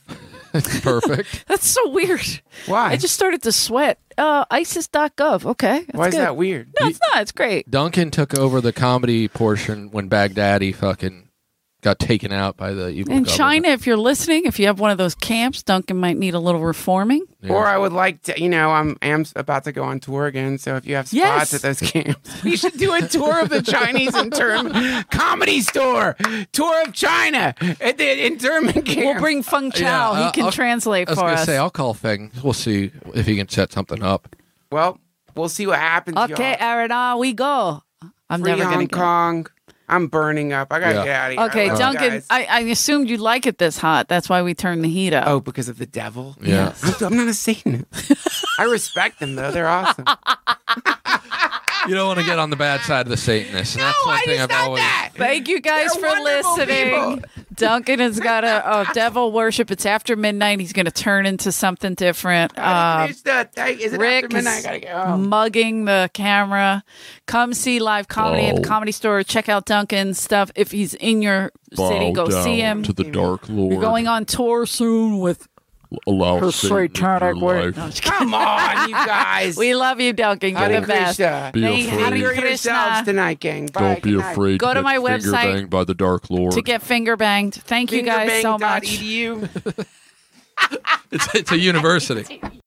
Perfect. That's so weird. Why? I just started to sweat. Uh, ISIS.gov. Okay. That's Why is good. that weird? No, it's not. It's great. Duncan took over the comedy portion when Baghdadi fucking got taken out by the evil In government. China, if you're listening, if you have one of those camps, Duncan might need a little reforming. Yeah. Or I would like to, you know, I'm am about to go on tour again. So if you have spots Yes. at those camps, we should do a tour of the Chinese internment comedy store, tour of China at the internment camp. We'll bring Feng Chao. Yeah, he can I'll- translate I was for gonna us. say I'll call Feng. We'll see if he can set something up. well, we'll see what happens. okay, y'all. Aaron, on we go. I'm free never Hong going to go. Kong. I'm burning up. I gotta Yeah. get out of here. Okay, I love you Duncan, guys. I, I assumed you'd like it this hot. That's why we turned the heat up. oh, because of the devil. Yeah. I'm, I'm not a Satanist. I respect them though. They're awesome. you don't want to get on the bad side of the Satanists. and no, that's one Oh, I thing just I've not always. that. Thank you guys They're for wonderful listening. Duncan has got a oh, devil worship. It's after midnight. He's going to turn into something different. I Uh, finished the thing. Um, Is it Rick after midnight? I is gotta go Oh, home. mugging the camera. Come see live comedy at the Bow. comedy store. Check out Duncan's stuff. If he's in your city, go see him. the Dark Lord. You're going on tour soon with Allow her satanic work. No, I'm just kidding. Come on, you guys. we love you, Duncan. You're Hare the best. Krishna. Be Thank- afraid. Hare Fear yourselves Krishna. tonight, gang. Bye. Good night. Go to get my finger website banged by the Dark Lord. To get finger banged. Thank you guys so much. Fingerbang.edu. it's, it's a university.